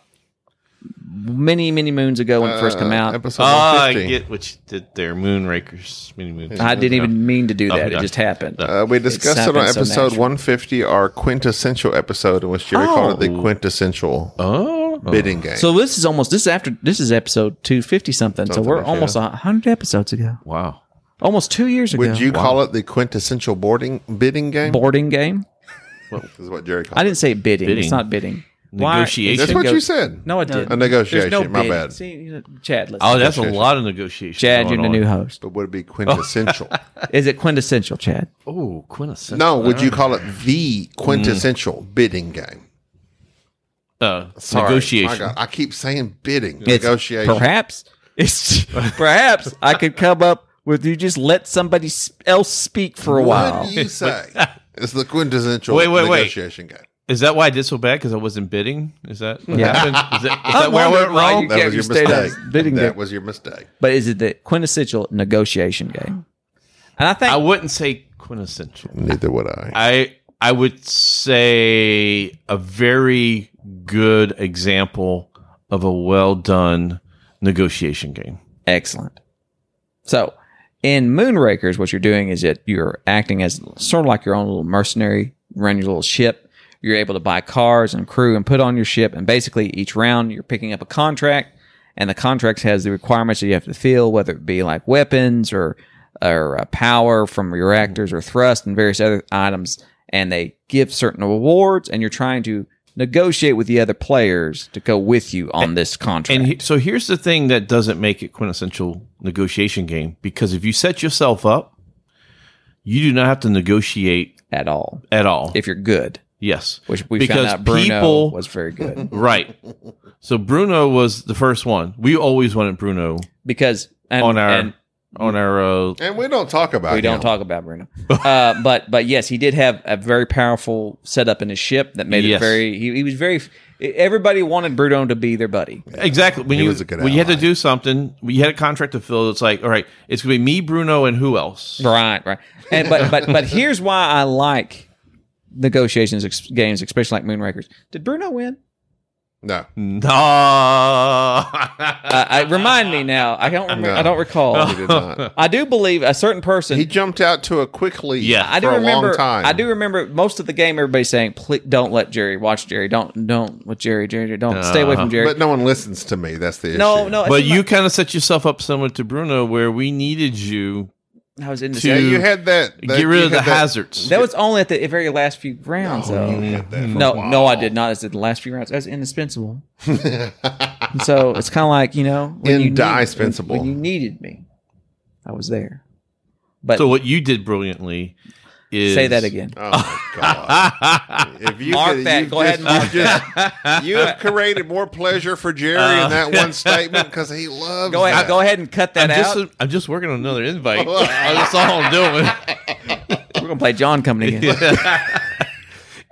many, many moons ago when it first came out.
Uh, Episode
Ah, I
150.
get what you did there. Moonrakers, mini moons.
I didn't even mean to do that. It
yeah.
just happened.
Uh, we discussed it on
happened so
episode
natural.
150, our quintessential episode, in which Jerry called it the quintessential
Oh,
bidding game.
So this is almost this is after this is episode two fifty something. So we're
like that.
almost a hundred episodes ago,
wow.
almost two years ago.
Would you call it the quintessential boarding bidding game?
boarding game?
is what Jerry called.
I didn't say bidding. It's
Bidding.
not bidding. Why-
Negotiation.
That's
That's
what
Nego-
you said.
No, I didn't.
a negotiation. my
bidding.
bad.
See, you know, Chad, listen.
Oh, that's a lot of negotiation.
Chad, you're
going
the new
on.
host.
But would it be quintessential?
Is it quintessential, Chad?
Oh, quintessential.
no. Would you call it the quintessential
Mm.
bidding game?
Uh,
Sorry. My
negotiation.
God, I keep saying bidding.
It's-
negotiation.
Perhaps it's perhaps I could come up with you just let somebody s- else speak for a
What
while.
do you say? it's the quintessential
Wait, wait, wait.
negotiation game.
Is that why I did so bad? Because I wasn't bidding? Is that what
Yeah.
happened? Is that, is that where I went
wondering why
wrong?
you-
That
can't
was your
stay down.
mistake.
Bidding
that
game.
was your mistake.
But is it the quintessential negotiation game? And I think
I wouldn't say quintessential.
Neither would I.
I I would say a very good example of a well done negotiation game.
excellent. So In Moonrakers, what you're doing is that you're acting as sort of like your own little mercenary, run your little ship. You're able to buy cars and crew and put on your ship. And basically, each round, you're picking up a contract, and the contract has the requirements that you have to fill, whether it be like weapons or or uh, power from your
Mm-hmm.
reactors or thrust and various other items. And they give certain awards, and you're trying to negotiate with the other players to go with you on this contract.
And he, so here's the thing that doesn't make it quintessential negotiation game because if you set yourself up, you do not have to negotiate
at all
at all.
if you're good,
yes,
which we
because
found out Bruno
people
was very good
right. So Bruno was the first one. We always wanted Bruno
because and,
on our
and
on our uh,
And we don't talk about
we don't
him.
talk about Bruno, uh, but but yes, he did have a very powerful setup in his ship that made
Yes.
it very. He, he was very. Everybody wanted Bruno to be their buddy.
exactly when
He
you
was a good
when you had to
ally.
do something, we had a contract to fill. It's like all right, it's gonna be me, Bruno, and who else?
Right, right. And but but but here's why I like negotiations ex- games, especially like Moonrakers. Did Bruno win?
No.
Nah.
Uh, I, remind me now. I don't. Remember,
No.
I don't
He
recall.
did not.
I do believe a certain person.
He jumped out to a quick lead.
Yeah.
I do
for a
remember.
Long time.
I do remember most of the game. Everybody saying, "Please don't let Jerry watch Jerry. Don't don't with Jerry. Jerry, Jerry, don't stay away from Jerry."
Uh-huh. But no one listens to me. That's the issue.
no, no. it's
but
not-
you kind of set yourself up similar to Bruno, where we needed you
I was in the
to-
Yeah,
same-
you had that. that
get rid
you
of the
had that-
hazards.
That was only at the very last few rounds,
You
though.
Oh, had that for a
No,
while.
no, I did not. It's at the last few rounds. I was indispensable. And so it's kind of like you know, when you need-
Indispensable.
when, when you needed me, I was there. But
so what you did brilliantly is
say that again.
Oh my god! If you
Mark
could-
that.
you've
Go ahead and
just- you've just- you have created more pleasure for Jerry
Uh,
in that one statement because he loves.
Go ahead.
that.
Go ahead and cut
I'm
that out.
just, I'm just working on another invite. That's all I'm doing.
We're gonna play John coming again.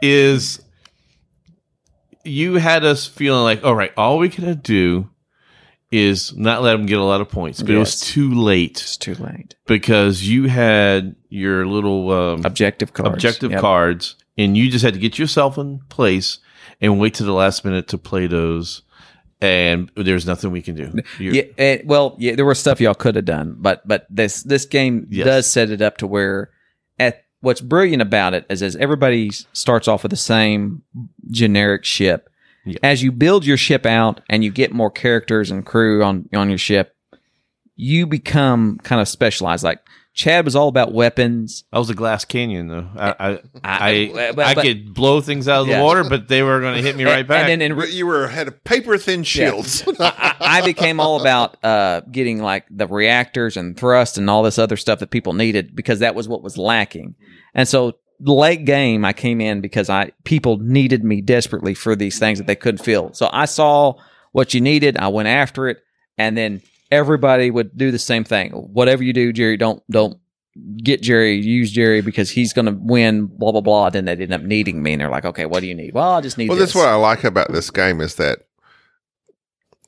Is you had us feeling like, all right, all we could do is not let them get a lot of points, but it was
Yes.
too late
It's too late.
because you had your little um,
Objective cards.
objective
Yep.
cards, and you just had to get yourself in place and wait to the last minute to play those. And there's nothing we can do. You're-
Yeah, eh, well, yeah, there was stuff y'all could have done, but but this this game
Yes.
does set it up to where at what's brilliant about it is as everybody s- starts off with the same generic ship.
Yeah.
As you build your ship out and you get more characters and crew on on your ship, you become kind of specialized. Like Chad was all about weapons.
I was a glass canyon though. I I I,
I- uh, but-
I
but-
could blow things out of
Yeah.
the water, but they were going to hit me right
and,
back.
And then in re-
But you were had a paper thin shields.
I became all about uh, getting like the reactors and thrust and all this other stuff that people needed because that was what was lacking. And so late game, I came in because I people needed me desperately for these things that they couldn't fill. So I saw what you needed, I went after it, and then everybody would do the same thing. Whatever you do, Jerry, don't don't get Jerry, use Jerry because he's going to win. Blah blah blah. Then they ended up needing me, and they're like, okay, what do you need? Well, I just need.
well,
this.
that's what I like about this game is that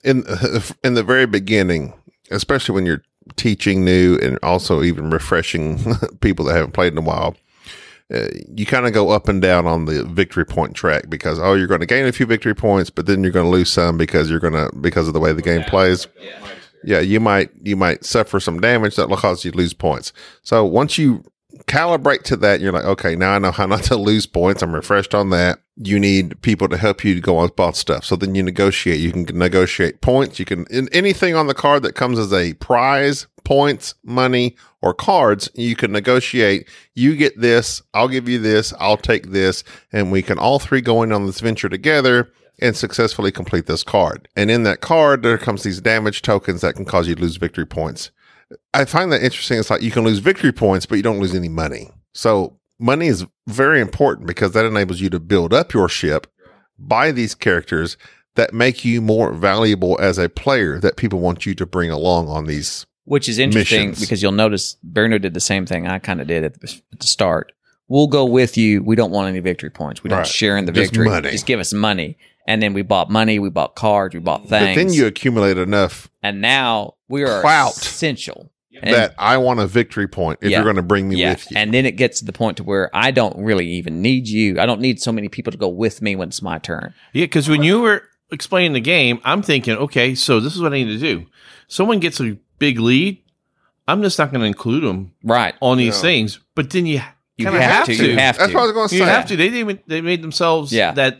in in the very beginning, especially when you're teaching new and also even refreshing people that haven't played in a while. Uh, you kind of go up and down on the victory point track because oh you're going to gain a few victory points but then you're going to lose some because you're going to because of the way the game plays yeah you might you might suffer some damage that will cause you to lose points so once you calibrate to that you're like okay now i know how not to lose points i'm refreshed on that you need people to help you to go on bought stuff so then you negotiate you can negotiate points you can in anything on the card that comes as a prize points money or cards you can negotiate you get this i'll give you this i'll take this and we can all three go in on this venture together and successfully complete this card. And in that card, there comes these damage tokens that can cause you to lose victory points. I find that interesting. It's like you can lose victory points, but you don't lose any money. So money is very important because that enables you to build up your ship, buy these characters that make you more valuable as a player that people want you to bring along on these.
which is interesting
missions.
because you'll notice Bruno did the same thing I kind of did at the, at the start. We'll go with you. We don't want any victory points. We don't
Right.
share in the
Just
victory.
money.
Just give us money. And then we bought money. We bought cards. We bought
But
things.
then you accumulate enough
and now we are
Clout.
essential. And,
that I want a victory point if
Yeah.
you're going to bring me
yeah.
with you.
And then it gets to the point to where I don't really even need you. I don't need so many people to go with me when it's my turn.
yeah, because when you were explaining the game, I'm thinking, okay, so this is what I need to do. Someone gets a big lead. I'm just not going to include them
Right.
on these things. But then you
You
kinda
have,
have
to.
to.
You have
That's
to.
what I was going to say.
you have to. They didn't. They made themselves
Yeah.
that.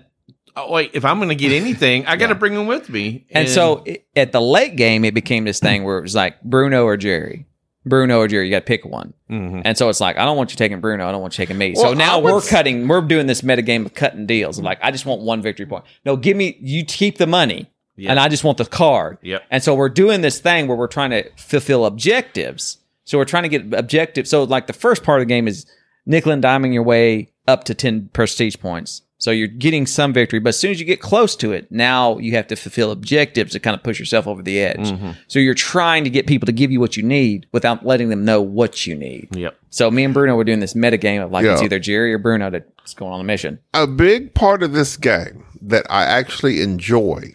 Oh, wait, if I'm going to get anything, I got to bring them with me.
And, so it, at the late game, it became this thing where it was like Bruno or Jerry. Bruno or Jerry, you got to pick one.
Mhm.
And so it's like, I don't want you taking Bruno. I don't want you taking me. so
Mm-hmm. Well,
now
I would
we're
s-
cutting, we're doing this metagame of cutting deals. I'm like, I just want one victory point. No, give me, you keep the money
Yeah.
and I just want the card.
Yep.
And so we're doing this thing where we're trying to fulfill objectives. So we're trying to get objectives. So like the first part of the game is nickel and diming your way up to 10 prestige points. So you're getting some victory, but as soon as you get close to it, now you have to fulfill objectives to kind of push yourself over the edge.
Mm-hmm.
So you're trying to get people to give you what you need without letting them know what you need.
Yep.
So me and Bruno were doing this metagame of like it's
Yeah.
either Jerry or Bruno that's going on a mission.
a big part of this game that I actually enjoy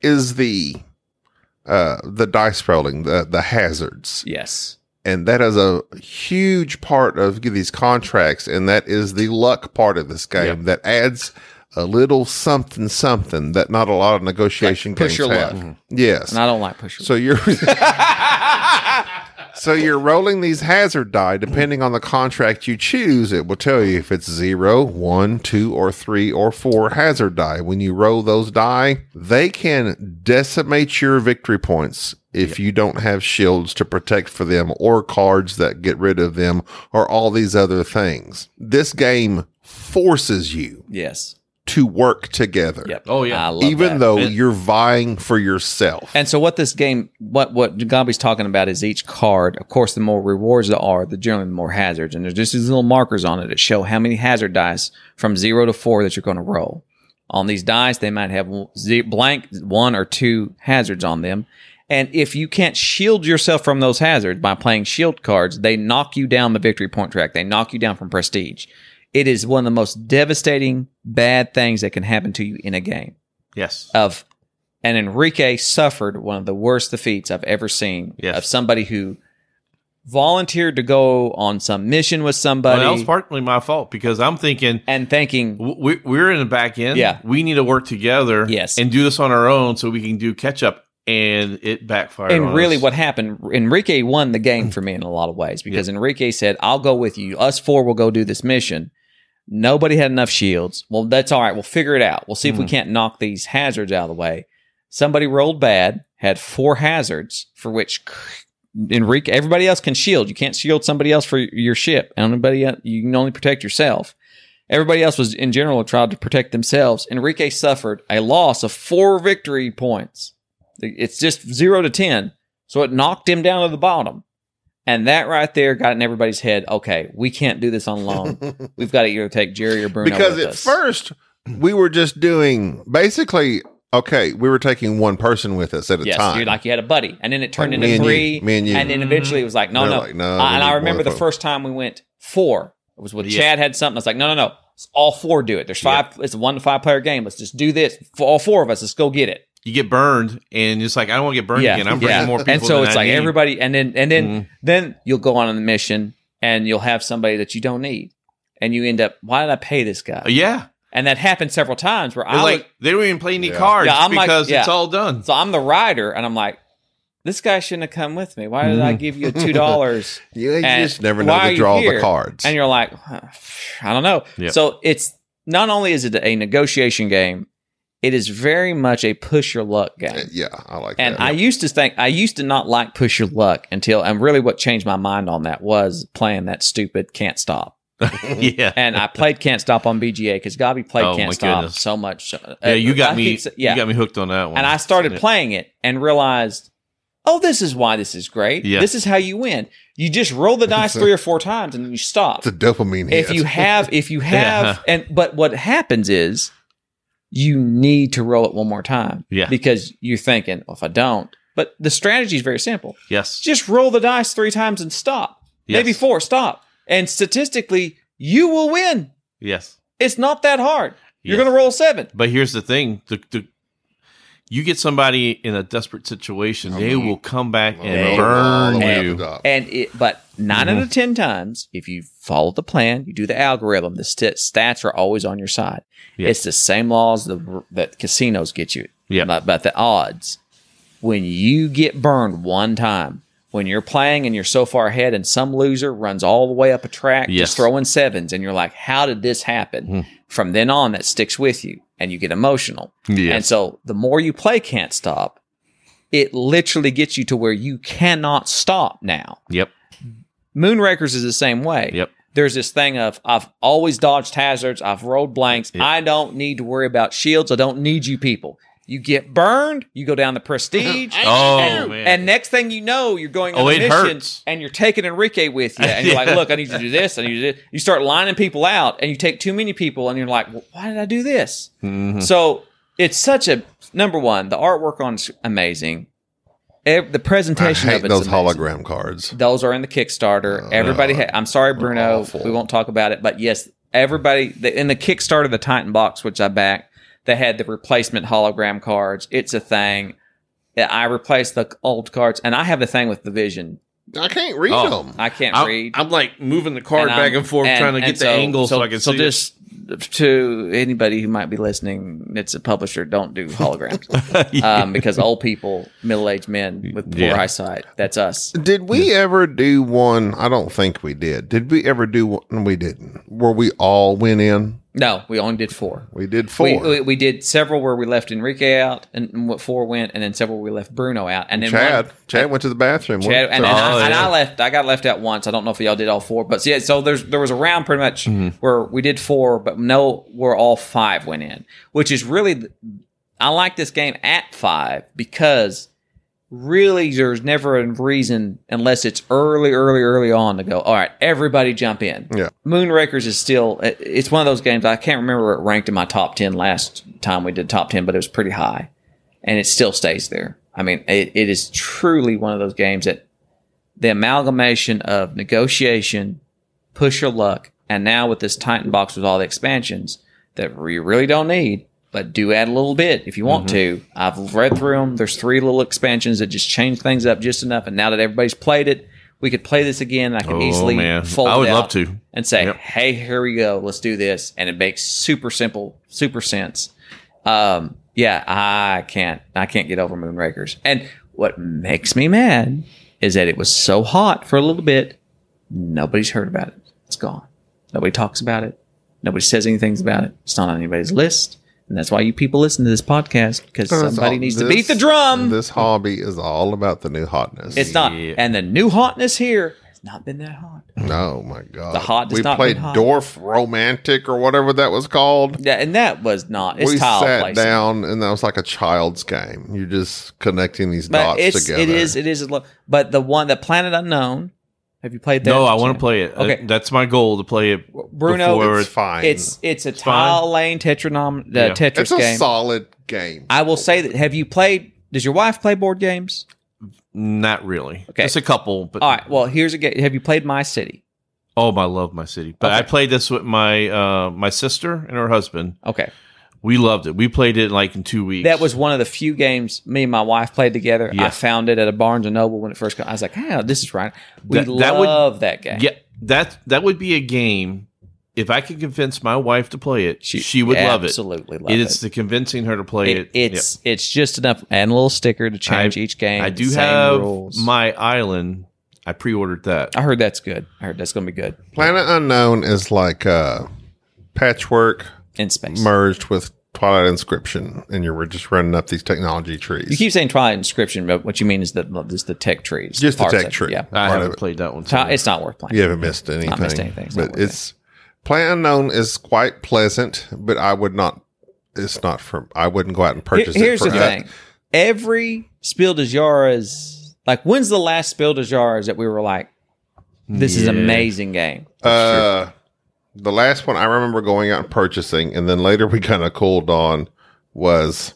is the uh the dice rolling, the the hazards.
Yes.
And that is a huge part of these contracts, and that is the luck part of this game that adds a little something something that not a lot of negotiation
Like, push
games
your
have.
luck. Mm-hmm.
Yes.
And I don't like push.
So you're So you're rolling these hazard die depending on the contract you choose. It will tell you if it's zero, one, two, or three, or four hazard die. When you roll those die, they can decimate your victory points if you don't have shields to protect for them, or cards that get rid of them, or all these other things. This game forces you
yes.
to work together,
Yep.
Oh, yeah.
I love
even
that.
though you're vying for yourself.
And so what this game, what what Gambi's talking about is each card. Of course, the more rewards there are, the generally the more hazards. And there's just these little markers on it that show how many hazard dice from zero to four that you're going to roll. On these dice, they might have ze- blank one or two hazards on them. And if you can't shield yourself from those hazards by playing shield cards, they knock you down the victory point track. They knock you down from prestige. It is one of the most devastating bad things that can happen to you in a game
yes.
of and Enrique suffered one of the worst defeats I've ever seen
Yes.
of somebody who volunteered to go on some mission with
Well,
somebody
that was partly my fault because I'm thinking
and thinking
w- we- we're in the back end.
Yeah.
We need to work together.
Yes.
And do this on our own so we can do catch up. And it backfired.
and
on
really
us.
what happened Enrique won the game for me in a lot of ways because Enrique said I'll go with you us four will go do this mission nobody had enough shields well that's all right we'll figure it out we'll see
Mm.
if we can't knock these hazards out of the way somebody rolled bad had four hazards for which Enrique, everybody else can shield. You can't shield somebody else for your ship. Anybody, el- you can only protect yourself. Everybody else was in general tried to protect themselves. Enrique suffered a loss of four victory points. It's just zero to ten, so it knocked him down to the bottom. And that right there got in everybody's head. Okay, we can't do this on loan. We've got to either take Jerry or Bruno.
because
with
at
us.
first we were just doing basically okay we were taking one person with us at a
yes,
time
you're like you had a buddy, and then it turned
Like, me and
into
you,
three,
me and you.
then eventually it was like, no,
They're
no.
like, no,
Uh,
we
and
need
I
one
remember the
for-
first time we went four. It was with
Yeah.
Chad had something. I was like, no, no, no, Let's all four do it. There's five. It's a one to five player game. Let's just do this for all four of us. Let's go get it.
you get burned, and it's like, I don't want to get burned again. I'm bringing more people.
And so
than
it's
I
like
need.
everybody, and then and then
Mhm.
then you'll go on a mission, and you'll have somebody that you don't need, and you end up, why did I pay this guy?
Uh, Yeah.
And that happened several times where
They're
I
like,
was-
they don't even play any
Yeah.
cards
Yeah, I'm like-
because it's
yeah.
all done.
so I'm the rider, and I'm like, this guy shouldn't have come with me. Why did
Mm-hmm.
I give you two dollars?
you, you
And
just never
why
know
are
to
you
draw
here?
the cards
and you're like, "Huh, I don't know.
Yep.
So it's not only is it a negotiation game, it is very much a push your luck game.
yeah i like
And
that
I used to think I used to not like push your luck until and really what changed my mind on that was playing that stupid can't stop.
yeah.
And I played can't stop on BGA because Gobby played
Oh, my
can't stop
goodness.
so much.
Yeah, you got
Uh, I
me.
keep sa-
You got me hooked on that one.
and I started
Yeah.
playing it and realized, oh, this is why this is great.
Yeah.
This is how you win. You just roll the dice three or four times and then you stop.
it's a dopamine
if
hit.
you have if you have and but what happens is you need to roll it one more time
Yeah.
because you're thinking well, if i don't but the strategy is very simple
Yes.
just roll the dice three times and stop
Yes.
maybe four stop and statistically you will win
Yes.
it's not that hard you're
Yes.
gonna roll seven
But here's the thing: the, the, you get somebody in a desperate situation, Mm-hmm. they will come back and
All the
burn
way up
you.
the top.
and it but 9 out of ten times if you follow the plan you do the algorithm the st- stats are always on your side
Yeah.
it's the same laws the, that casinos get you
Yeah.
about, about the odds when you get burned one time when you're playing and you're so far ahead and some loser runs all the way up a track
Yes.
just throwing sevens and you're like how did this happen from then on that sticks with you and you get emotional
Yes.
and so the more you play can't stop it literally gets you to where you cannot stop now
Yep.
moonrakers is the same way
Yep.
there's this thing of I've always dodged hazards, I've rolled blanks, I don't need to worry about shields, I don't need you people. You get burned, you go down the prestige,
Oh,
and,
man.
and next thing you know, you're going on
Oh,
a
it
mission
hurts.
and you're taking Enrique with you, and you're like,
Yeah.
"Look, I need you to do this, I need you to do this." You start lining people out, and you take too many people, and you're like, well, "Why did I do this?"
Mm-hmm.
So it's such a number one. The artwork on it's amazing. Ev- the
I
presentation
hate
of it's
those
amazing.
hologram cards.
Those are in the Kickstarter.
Oh,
everybody, ha- I'm sorry, Bruno,
awful.
we won't talk about it. But yes, everybody the, in the Kickstarter, the Titan box, which I backed, they had the replacement hologram cards. It's a thing. I replaced the old cards, and I have the thing with the vision.
I can't read
Oh.
them.
I can't read.
I'm like moving the card
And I'm-
back and forth, trying
and
to get the angle so, I can
so
see.
just to anybody who might be listening, it's a publisher. Don't do holograms um, because old people, middle aged men with poor
Yeah.
eyesight, that's us.
Did we ever do one? I don't think we did. Did we ever do one? We didn't. Where we all went in?
No, we only did four.
We did four.
We, we, we did several where we left Enrique out, and and what four went, and then several we left Bruno out, and then
Chad.
one-
Chad went to the bathroom.
Chad, and, then
Oh,
I, and
yeah.
I left. I got left out once. I don't know if y'all did all four, but yeah. So there's there was a round pretty much
Mm-hmm.
where we did four, but no, where all five went in, which is really. th- I like this game at five because really there's never a reason unless it's early, early, early on to go. All right, everybody jump in.
Yeah.
Moonrakers is still. it- It's one of those games I can't remember where it ranked in my top ten last time we did top ten, but it was pretty high and it still stays there. I mean, it, it is truly one of those games that the amalgamation of negotiation, push your luck, and now with this Titan box with all the expansions that we really don't need, but do add a little bit if you want
Mm-hmm.
to. I've read through them. There's three little expansions that just change things up just enough. And now that everybody's played it, we could play this again. and I can
Oh,
easily
man.
fold.
I would
it
love
out
to.
and say,
Yep.
"Hey, here we go. Let's do this," and it makes super simple, super sense. Um, yeah, I can't, I can't get over Moonrakers. And what makes me mad is that it was so hot for a little bit. Nobody's heard about it. It's gone. Nobody talks about it. Nobody says anything about it. It's not on anybody's list, and that's why you people listen to this podcast because
That's
somebody
all-
needs to
this-
beat the drum.
This hobby is all about the new hotness.
it's not,
Yeah.
and the new hotness here has not been that hot.
No, my God.
The hot does
We
not
played
mean hot.
Dwarf Romantic or whatever that was called.
Yeah, and that was not. It's
we
tile
sat
placement.
down and that was like a child's game. You're just connecting these
But
dots
it's
together.
it is it is a lo- but the one the Planet Unknown. Have you played that?
no, I want
Sam?
to play it.
Okay.
Okay, that's my goal to play it.
Bruno,
before
It's fine.
It's it's a
fine.
tile lane tetranom the
Yeah.
Tetris
It's a
game.
solid game.
I will say that. Have you played? Does your wife play board games?
not really.
Okay.
just a couple. But
All right. Well, here's a game. Have you played My City?
oh, my love, my city. But I
Okay.
played this with my uh, my sister and her husband.
Okay,
We loved it. We played it like in two weeks.
that was one of the few games me and my wife played together. I
Yeah.
found it at a Barnes and Noble when it first came. I was like, "Wow, this is right." We
That- that would-
love that game.
yeah. That that would be a game. If I could convince my wife to play it, she, would love it.
Absolutely love
It
it.
is the convincing her to play it.
It- it's it's just enough and a little sticker to change each game.
I do
same
have
rules.
my island. I pre-ordered that.
I heard that's good. I heard that's going to be good
Planet Unknown is like uh, patchwork
in space.
merged with Twilight Inscription, and you're just running up these technology trees.
you keep saying Twilight Inscription, but what you mean is that just the tech trees,
Just the
parts
tech
of it.
tree.
Yeah,
Part
I
of
haven't
it.
played that one.
Ti-
so-
it's not worth playing.
you haven't missed anything.
missed anything. It's not
but
worth it.
it's Planet Unknown is quite pleasant, but I would not. It's not for. I wouldn't go out and
Here-
purchase
here's
it. For
the
that.
thing: every Spiel des Jahres, like when's the last Spiel des Jahres that we were like, "This is
Yeah.
amazing game."
Uh, the last one I remember going out and purchasing, and then later we kind of cooled on was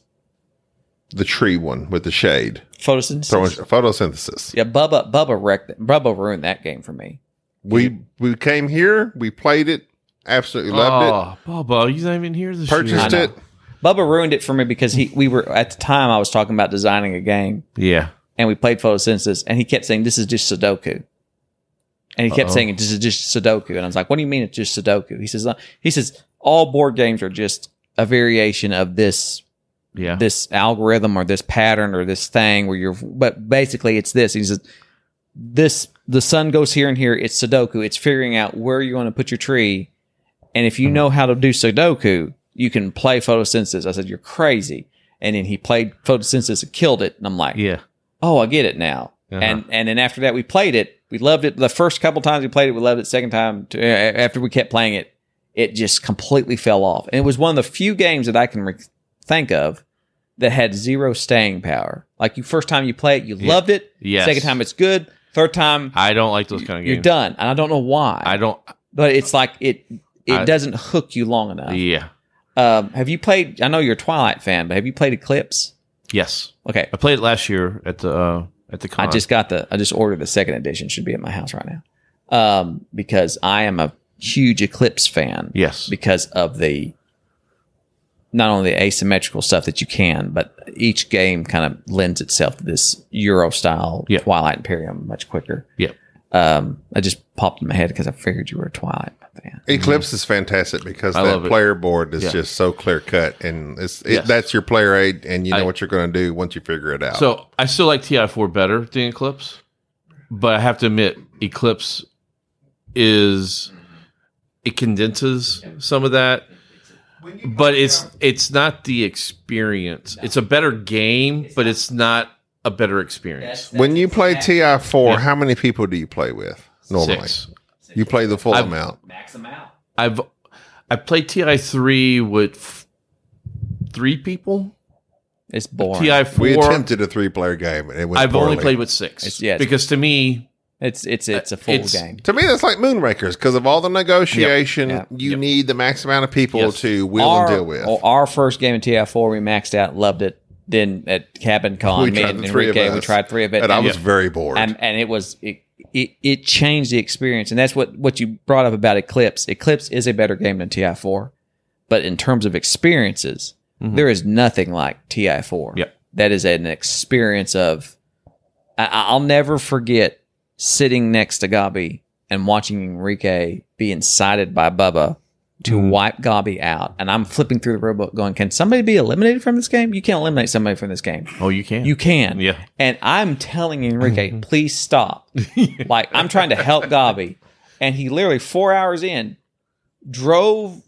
the tree one with the shade
Photosynthesis.
throwing photosynthesis.
yeah, Bubba Bubba wrecked. Bubba ruined that game for me.
We we came here, we played it, absolutely loved it,
oh, Bubba, you not even here this
purchased
year.
it.
Bubba ruined it for me because he we were at the time I was talking about designing a game
Yeah.
and we played photosynthesis and he kept saying this is just sudoku and he kept saying this is just sudoku and i was like what do you mean it's just sudoku he says "Uh," he says all board games are just a variation of this
Yeah.
this algorithm or this pattern or this thing where you're but basically it's this he says this the sun goes here and here. It's Sudoku. It's figuring out where you're going to put your tree, and if you know how to do Sudoku, you can play photosynthesis. I said you're crazy, and then he played photosynthesis and killed it. And I'm like,
Yeah.
oh, I get it now.
Uh-huh.
And and then after that, we played it. We loved it. The first couple times we played it, we loved it. Second time, to, uh, after we kept playing it, it just completely fell off. And it was one of the few games that I can re- think of that had zero staying power. Like you, first time you play it, you loved it.
Yes.
Second time, it's good. Third time,
Uh-huh. I don't like those kind of games.
you're done. And I don't know why.
I don't.
but it's like it it
I-
doesn't hook you long enough.
Yeah.
Um, have you played? I know you're a Twilight fan, but have you played Eclipse?
Yes.
Okay,
I played it last year at the uh, at the con.
I just got the I just ordered the second edition. Should be at my house right now. Um, because I am a huge Eclipse fan.
yes.
Because of the not only the asymmetrical stuff that you can, but each game kind of lends itself to this Euro style
Yeah.
Twilight Imperium much quicker.
Yep.
Um, I just popped in my head because I figured you were a Twilight fan.
Eclipse is fantastic because
Mm-hmm. I
that
love it.
player board is
Yeah.
just so clear cut, and it's it,
Yes.
that's your player aid, and you know
I-
what you're going to do once you figure it out.
So I still like Ti4 better than Eclipse, but I have to admit Eclipse is it condenses some of that, but it's it's not the experience. It's a better game, but it's not a better experience.
when you play Ti four, how many people do you play with normally?
Six.
You play the full
I've-
amount.
I've I played Ti3 with f- three people.
It's boring.
Ti4
We attempted a three player game, and it went
I've
poorly.
only played with six
It's- yeah, it's-
because to me
it's it's it's a full
It's-
game.
To me, that's like Moonrakers because of all the negotiation.
Yep.
You need the max amount of people
Yes.
to will
our,
and deal with.
oh, Our first game in TI4, we maxed out, loved it. Then at Cabin Con,
We
me
tried
and
the three of
Enrique, we
us,
tried three of it,
and, I was
yeah.
very bored.
and, and it was it, it it changed the experience, and that's what what you brought up about Eclipse. Eclipse is a better game than TI4, but in terms of experiences, there is nothing like TI4.
Yep.
that is an experience of. I, I- I'll never forget sitting next to Gabi and watching Enrique be incited by Bubba to wipe Gabi out. And I'm flipping through the robot going, Can somebody be eliminated from this game? You can't eliminate somebody from this game.
oh you can
You can.
Yeah.
And I'm telling Enrique, please stop. like I'm trying to help Gabi. And he literally four hours in drove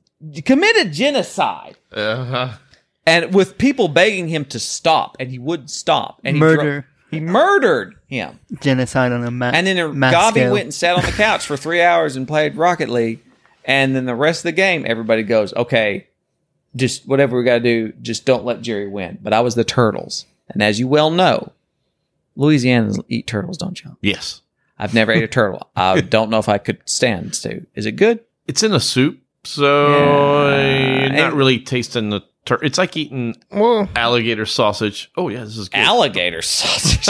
committed genocide.
uh-huh.
And with people begging him to stop, and he wouldn't stop. And he dro-
Murder.
he murdered him.
Genocide on a map.
And then Gabi went and sat on the couch for three hours and played Rocket League. And then the rest of the game, everybody goes, okay, just whatever we got to do, just don't let Jerry win. But I was the turtles. And as you well know, Louisianans eat turtles, don't you?
yes
I've never ate a turtle. I don't know if I could stand to. Is it good?
it's in a soup so
Yeah.
you're not
And-
really tasting the tur- it's like eating
well,
alligator sausage oh yeah this is good
Alligator sausage.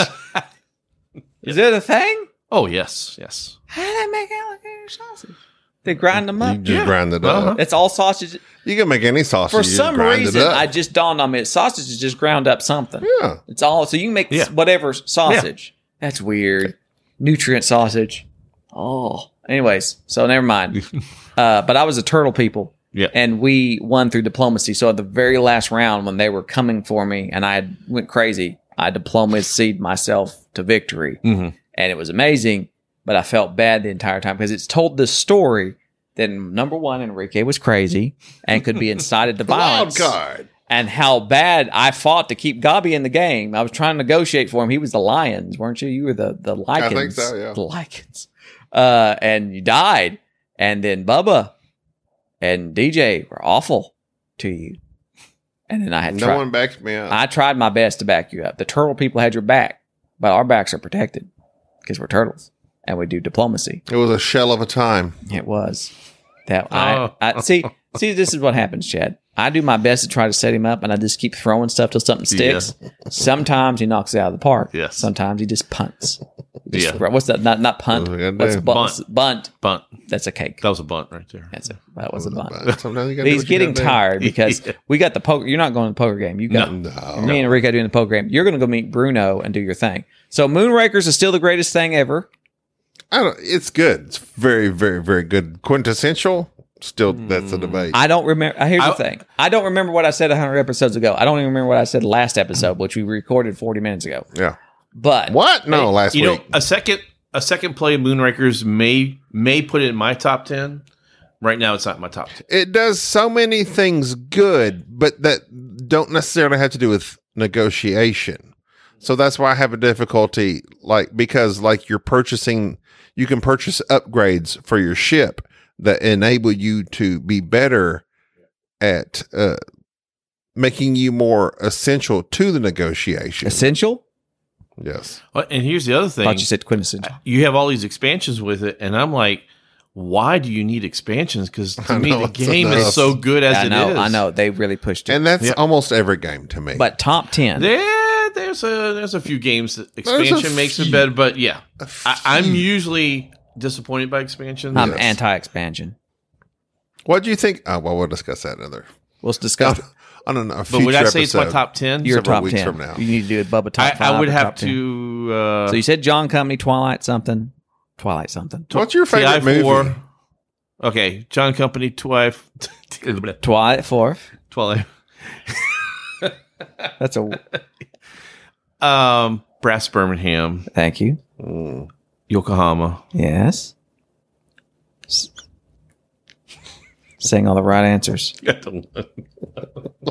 Is that a thing?
oh yes yes
How do they make alligator sausage? They grind them up.
you just grind it up.
Uh-huh.
That's all sausage.
You can make any sausage.
For
you just
some
grind it
reason,
up.
I just dawned on me. that Sausage is just ground up something.
yeah.
It's all so you can make
Yeah.
whatever sausage. That's weird. Nutrient sausage. Oh. Anyways, so never mind. uh, but I was a turtle people.
Yeah.
And we won through diplomacy. So at the very last round, when they were coming for me, and I had- went crazy, I diplomacied myself to victory,
Mhm.
and it was amazing. But I felt bad the entire time because it's told this story. that number one, Enrique was crazy and could be incited to
Wild
violence
card.
and how bad I fought to keep Gabi in the game. I was trying to negotiate for him. He was the Lions, weren't you? You were the the Lycans.
think so, yeah.
The Lycans. Uh, and you died. And then Bubba and DJ were awful to you. And then I had
No
tried,
one backs me up.
I tried my best to back you up. The turtle people had your back, but our backs are protected because we're turtles and we do diplomacy.
it was a shell of a time.
It was that
Oh.
I, I see. See, this is what happens, Chad. I do my best to try to set him up, and I just keep throwing stuff till something
Yeah.
sticks. Sometimes he knocks it out of the park.
Yes.
Sometimes he just punts. He just
Yeah.
throw- What's that? Not not punt.
What we gotta
What's
do?
bunt?
Bunt.
Bunt.
bunt
That's a cake.
that was a bunt right there
That's it. That was a bunt.
But sometimes you gotta
But
do
He's
what you
getting
gotta do.
tired because
Yeah.
we got the poker. You're not going to the poker game. You got
No.
No.
me and Enrico doing the poker game. You're going to go meet Bruno and do your thing. So Moonrakers is still the greatest thing ever.
I don't, it's good. It's very, very, very good. Quintessential. Still, that's a debate.
Hmm. I don't remember. uh, Here's
I-
the thing. I don't remember what I said 100 episodes ago. I don't even remember what I said last episode, which we recorded 40 minutes ago.
yeah.
But
What? No, last
you know
week.
a second a second play of Moonrakers may may put it in my top ten. Right now, it's not in my top ten.
It does so many things good, but that don't necessarily have to do with negotiation. So that's why I have a difficulty, like because like you're purchasing, you can purchase upgrades for your ship that enable you to be better at uh, making you more essential to the negotiation.
Essential?
Yes.
Well, Oh, And here's the other
I
thing:
thought you said quintessential.
you have all these expansions with it, and I'm like, why do you need expansions? Because to
I
me,
know,
the
it's
game
enough.
is so good as
I
it
know,
is.
I know. They really pushed it.
And that's almost every game to me.
but top ten.
There, there's a there's a few games that
a
expansion makes it
few.
better, but yeah, I, I'm
few.
usually disappointed by expansion.
I'm
Yes.
anti-expansion.
what do you think? Oh, well, we'll discuss that another.
Let's discuss.
I don't know. A
Oh. but would
future
I say it's my
episode.
top ten?
your
several
top
weeks
ten.
from now.
You need to do a Bubba top
I,
five.
I would
or
have
top 10.
to. Uh,
So you said John Company, Twilight something, Twilight something,
What's your
TI
favorite
four.
movie?
Okay, John Company, Twilight,
Twilight Fourth.
Twilight,
That's a
um, Brass Birmingham,
thank you.
Yokohama.
Yes. S- Saying all the right answers.
I don't know.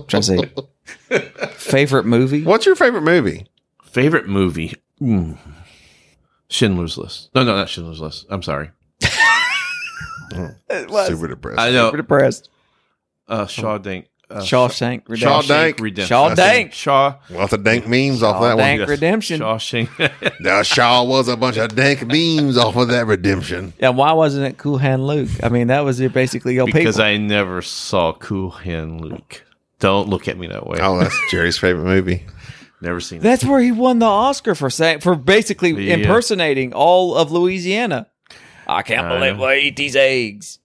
trying to say favorite movie.
What's your favorite movie?
Favorite movie? Mm. Schindler's List. No, no, not Schindler's List. I'm sorry.
Super depressed.
I
Super
know.
depressed.
Uh, Shawdank. Uh,
Shawshank
Shaw
Redemption.
Dank.
Redemption.
Shawdank.
Shaw.
Lots of dank memes off that
Shawdank
one.
Redemption.
Shawshank.
Now, Shaw was a bunch of dank memes off of that redemption.
Yeah, why wasn't it Cool Hand Luke? I mean, that was your basically your
because
people.
I never saw Cool Hand Luke. Don't look at me that way.
Oh, that's Jerry's favorite movie.
Never seen that.
That's where he won the Oscar for saying for basically
Yeah.
impersonating all of Louisiana. I can't
I
believe
know.
we eat these eggs.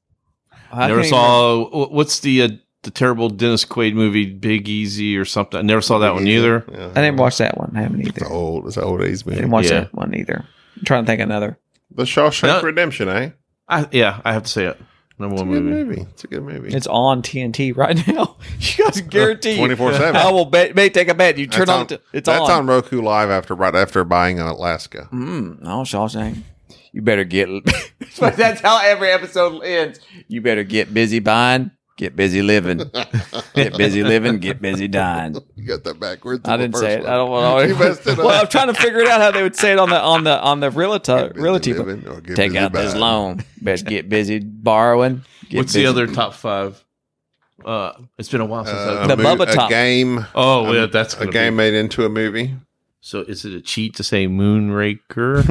I
never
can't
saw wh- what's the uh, the terrible Dennis Quaid movie Big Easy or something. I never saw that one either.
Yeah.
even- I didn't watch that one. I haven't either.
It's old. It's an old 80s
I
movie.
didn't watch
Yeah.
that one either. I'm trying to think of another.
The Shawshank
No.
Redemption, eh?
I, yeah, I have to say it. Number
It's a
one
good
movie.
movie. It's a good movie.
It's on TNT right now. You guys guarantee
24/7.
I will bet. May take a bet. You turn
Uh, That's
on. t- it's
that's
on.
Roku Live after right after buying in Alaska.
Mm, no, Shawshank. You better get. but that's how every episode ends. You better get busy buying. Get busy living. get busy living. Get busy dying.
You got that backwards.
I
in the
didn't
first
say it.
one.
I don't want
You
to.
messed it
well, I'm
up.
trying to figure it out how they would say it on the on the on the realtor
Busy
realty. but-
living or get
Take
busy
out this
buying.
loan. Best get busy borrowing. Get
What's
busy-
the other top five? Uh, it's been a while since
Uh,
I've.
a
The Bubba
a
Top.
game.
Oh,
um,
yeah, that's
a
gonna
game
be-
made into a movie.
So is it a cheat to say Moonraker?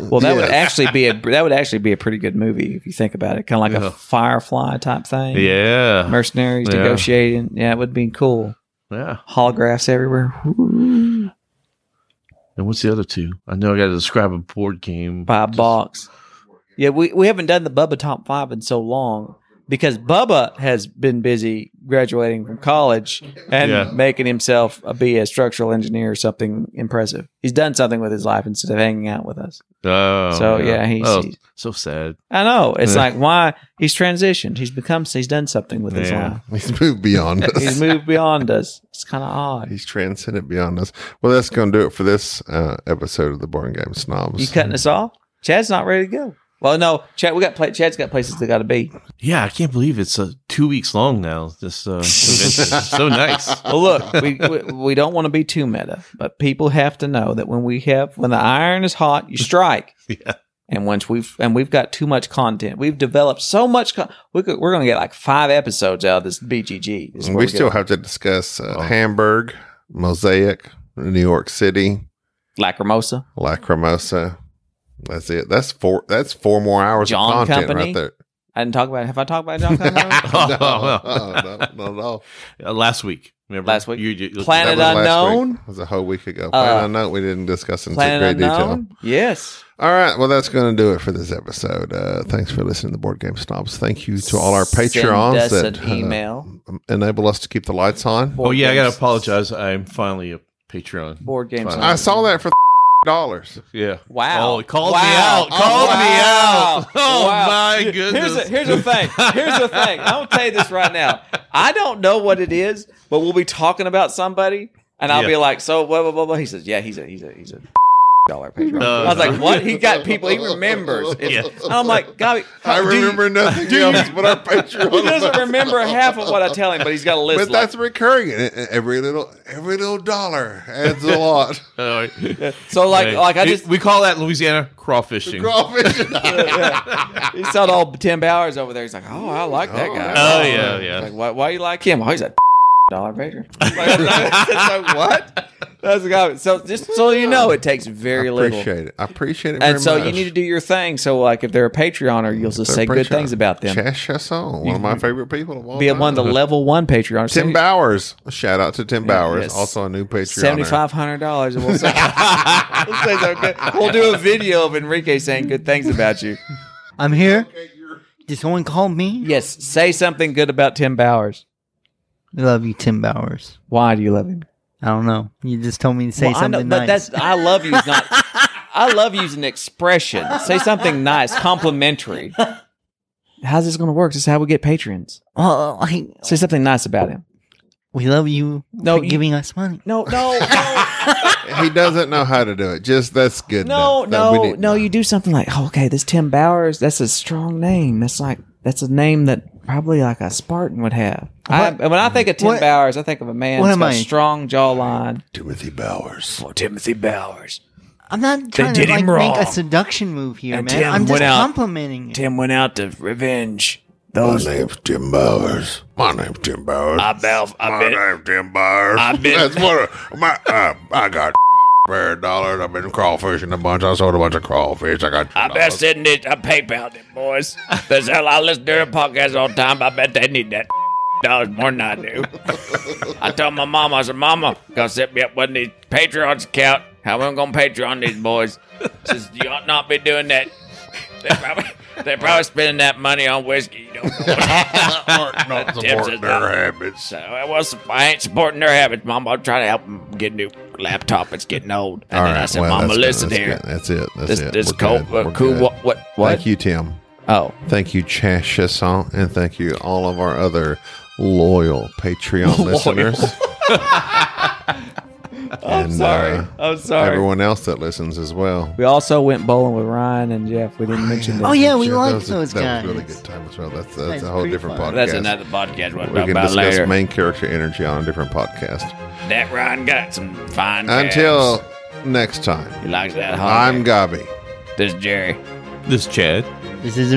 Well, that would
Yes.
actually be a that would actually be a pretty good movie if you think about it. Kind of like
Yeah.
a Firefly type thing.
yeah,
mercenaries
Yeah.
negotiating. Yeah, it would be cool.
yeah.
Holographs everywhere.
And what's the other two? I know I got to describe a board game.
By a box. Yeah, we we haven't done the Bubba top five in so long because Bubba has been busy graduating from college and
Yeah.
making himself a, be a structural engineer or something impressive. He's done something with his life instead of hanging out with us.
Oh,
So, yeah, he's-
oh,
he's-
so sad.
I know. It's
Yeah.
like why he's transitioned. He's become he's done something with his
Yeah.
life.
He's moved beyond
He's
us.
moved beyond us. It's kind of odd.
He's transcended beyond us. Well, that's going to do it for this uh, episode of the Board Game Snobs.
You cutting us off? Chad's not ready to go. Well, no, Chad. We got pla- Chad's got places they got to be.
Yeah, I can't believe it's uh, two weeks long now. This uh, convention. so nice.
Well, look, we, we we don't want to be too meta, but people have to know that when we have when the iron is hot, you strike.
Yeah.
And once we've and we've got too much content, we've developed so much. Con- we could, we're going to get like five episodes out of this BGG. This is
And
what
we
we're
still
getting.
have to discuss uh,
Oh.
Hamburg, Mosaic, New York City,
Lacrimosa,
Lacrimosa. That's it. That's four. That's four more hours
John
of content
Company?
right there.
I didn't talk about. Have I talked about John Conrad?
no,
well.
no, no, no, no.
Uh, last week. Remember?
Last week?
You, you,
That
Planet
was last
Unknown?
week. It was a whole week ago. Planet
Uh,
Unknown. We didn't discuss in great
Planet
detail.
Unknown. Yes.
All right. Well, that's going to do it for this episode. Uh, thanks for listening to Board Game Snobs. Thank you to all our Patreons
Send
that
us an
uh,
email.
enable us to keep the lights on.
oh, yeah,
Board
I got to
games-
apologize. I'm finally a Patreon.
Board games.
I saw that for dollars.
Yeah.
Wow.
Oh, it called me
Wow.
out. Called
Wow.
me out. Oh,
Wow.
my goodness.
Here's a, here's a thing. Here's a thing. I'll tell you this right now. I don't know what it is, but we'll be talking about somebody, and I'll
Yeah.
be like, "So blah blah blah blah." He says, "Yeah, he's a he's a he's a dollar paper.
Uh,
I was like, what? He got people. He remembers. It's- and I'm like, God,
I
do you-
remember nothing else but our Patreon.
He doesn't remember half of what I tell him, but he's got a list.
But
like-
that's recurring. E- e- Every little every little dollar adds a lot.
All right.
so like
Hey,
like I
it-
just
we call that Louisiana crawfishing.
Crawfish.
he saw the old Tim Bowers over there. He's like, oh, I like that guy.
Oh, yeah, yeah.
Like, why, why you like him? Oh, he's a dollar pager. Like, that's like, what? That's the guy. So just so you know, it takes very little.
appreciate it. I appreciate it.
And
very
so
much.
you need to do your thing. So like, if they're a Patreoner, you'll just say good
Appreciate
things
it.
about them.
Chas Chasson, one of my favorite people of all
Be
time.
one of the level one Patreoners.
Tim Bowers. Shout out to Tim Bowers,
yes.
also a new Patreon.
Seventy five hundred dollars, and we'll say, we'll, say so good. we'll do a video of Enrique saying good things about you.
I'm here. Did someone call me?
Yes, say something good about Tim Bowers.
I love you, Tim Bowers.
Why do you love him?
I don't know. You just told me to say
Well, I know,
something
but
nice.
that's I love you is not. I love you is an expression. Say something nice, complimentary. How's this going to work? This is how we get patrons.
Well, I,
Say something nice about him.
we love you
No,
for
you-
giving us money.
No, no, no,
He doesn't know how to do it. Just that's good.
no,
enough. That we
no,
didn't
no.
know.
You do something like, oh, okay, this Tim Bowers. That's a strong name. That's like that's a name that probably like a Spartan would have. I, when I think of Tim
What-
Bowers, I think of a man
What
with
am
got
I?
a strong jawline.
Timothy Bowers.
Oh, Timothy Bowers.
I'm not trying
did
to like
him
make
wrong.
a seduction move here,
And
man.
Tim
I'm just
went out-
complimenting you.
Tim went out to revenge those.
name's Tim Bowers. My name's Tim Bowers.
I bet. I
my
bet.
name's Tim Bowers.
I bet-
That's what a- my uh, I got pair of dollars. I've been crawfishing a bunch. I sold a bunch of crawfish. I got.
I bet sending it. I PayPal them boys. That's how I listen to their podcast all the time. I bet they need that dollars more than I do. I told my mama, I said, Mama, gonna set me up one of these Patreon's account. How am I gonna Patreon these boys? She says, You ought not be doing that. They're probably, they're probably spending that money on whiskey. You don't know
Art not
Tim's
supporting
is
their
not-
habits.
So I was I ain't supporting their habits, Mom. I'm trying to help them get a new laptop. It's getting old. And
All
then I
right.
said,
well,
Mama,
that's good.
listen
That's
here.
good. That's it. That's
This
it.
this
We're
cool,
good.
uh,
We're
cool.
good.
What what what?
Thank you, Tim.
Oh,
Thank you, Chas Chasson, and thank you all of our other loyal Patreon listeners.
I'm
And,
sorry.
uh,
I'm sorry.
Everyone else that listens as well.
We also went bowling with Ryan and Jeff. We didn't mention that.
Oh yeah, we
Sure,
like
that was a-
those
that
guys.
was a really good time as well. That's, that's,
That's
a whole
pretty
different podcast.
fun.
that's another podcast. We'll
we
talk
can
about
discuss
later.
main character energy on a different podcast.
That Ryan got some fine.
Until
calves.
next time,
he likes that. hog.
I'm Gabi.
this Jerry.
This Chad.
This is.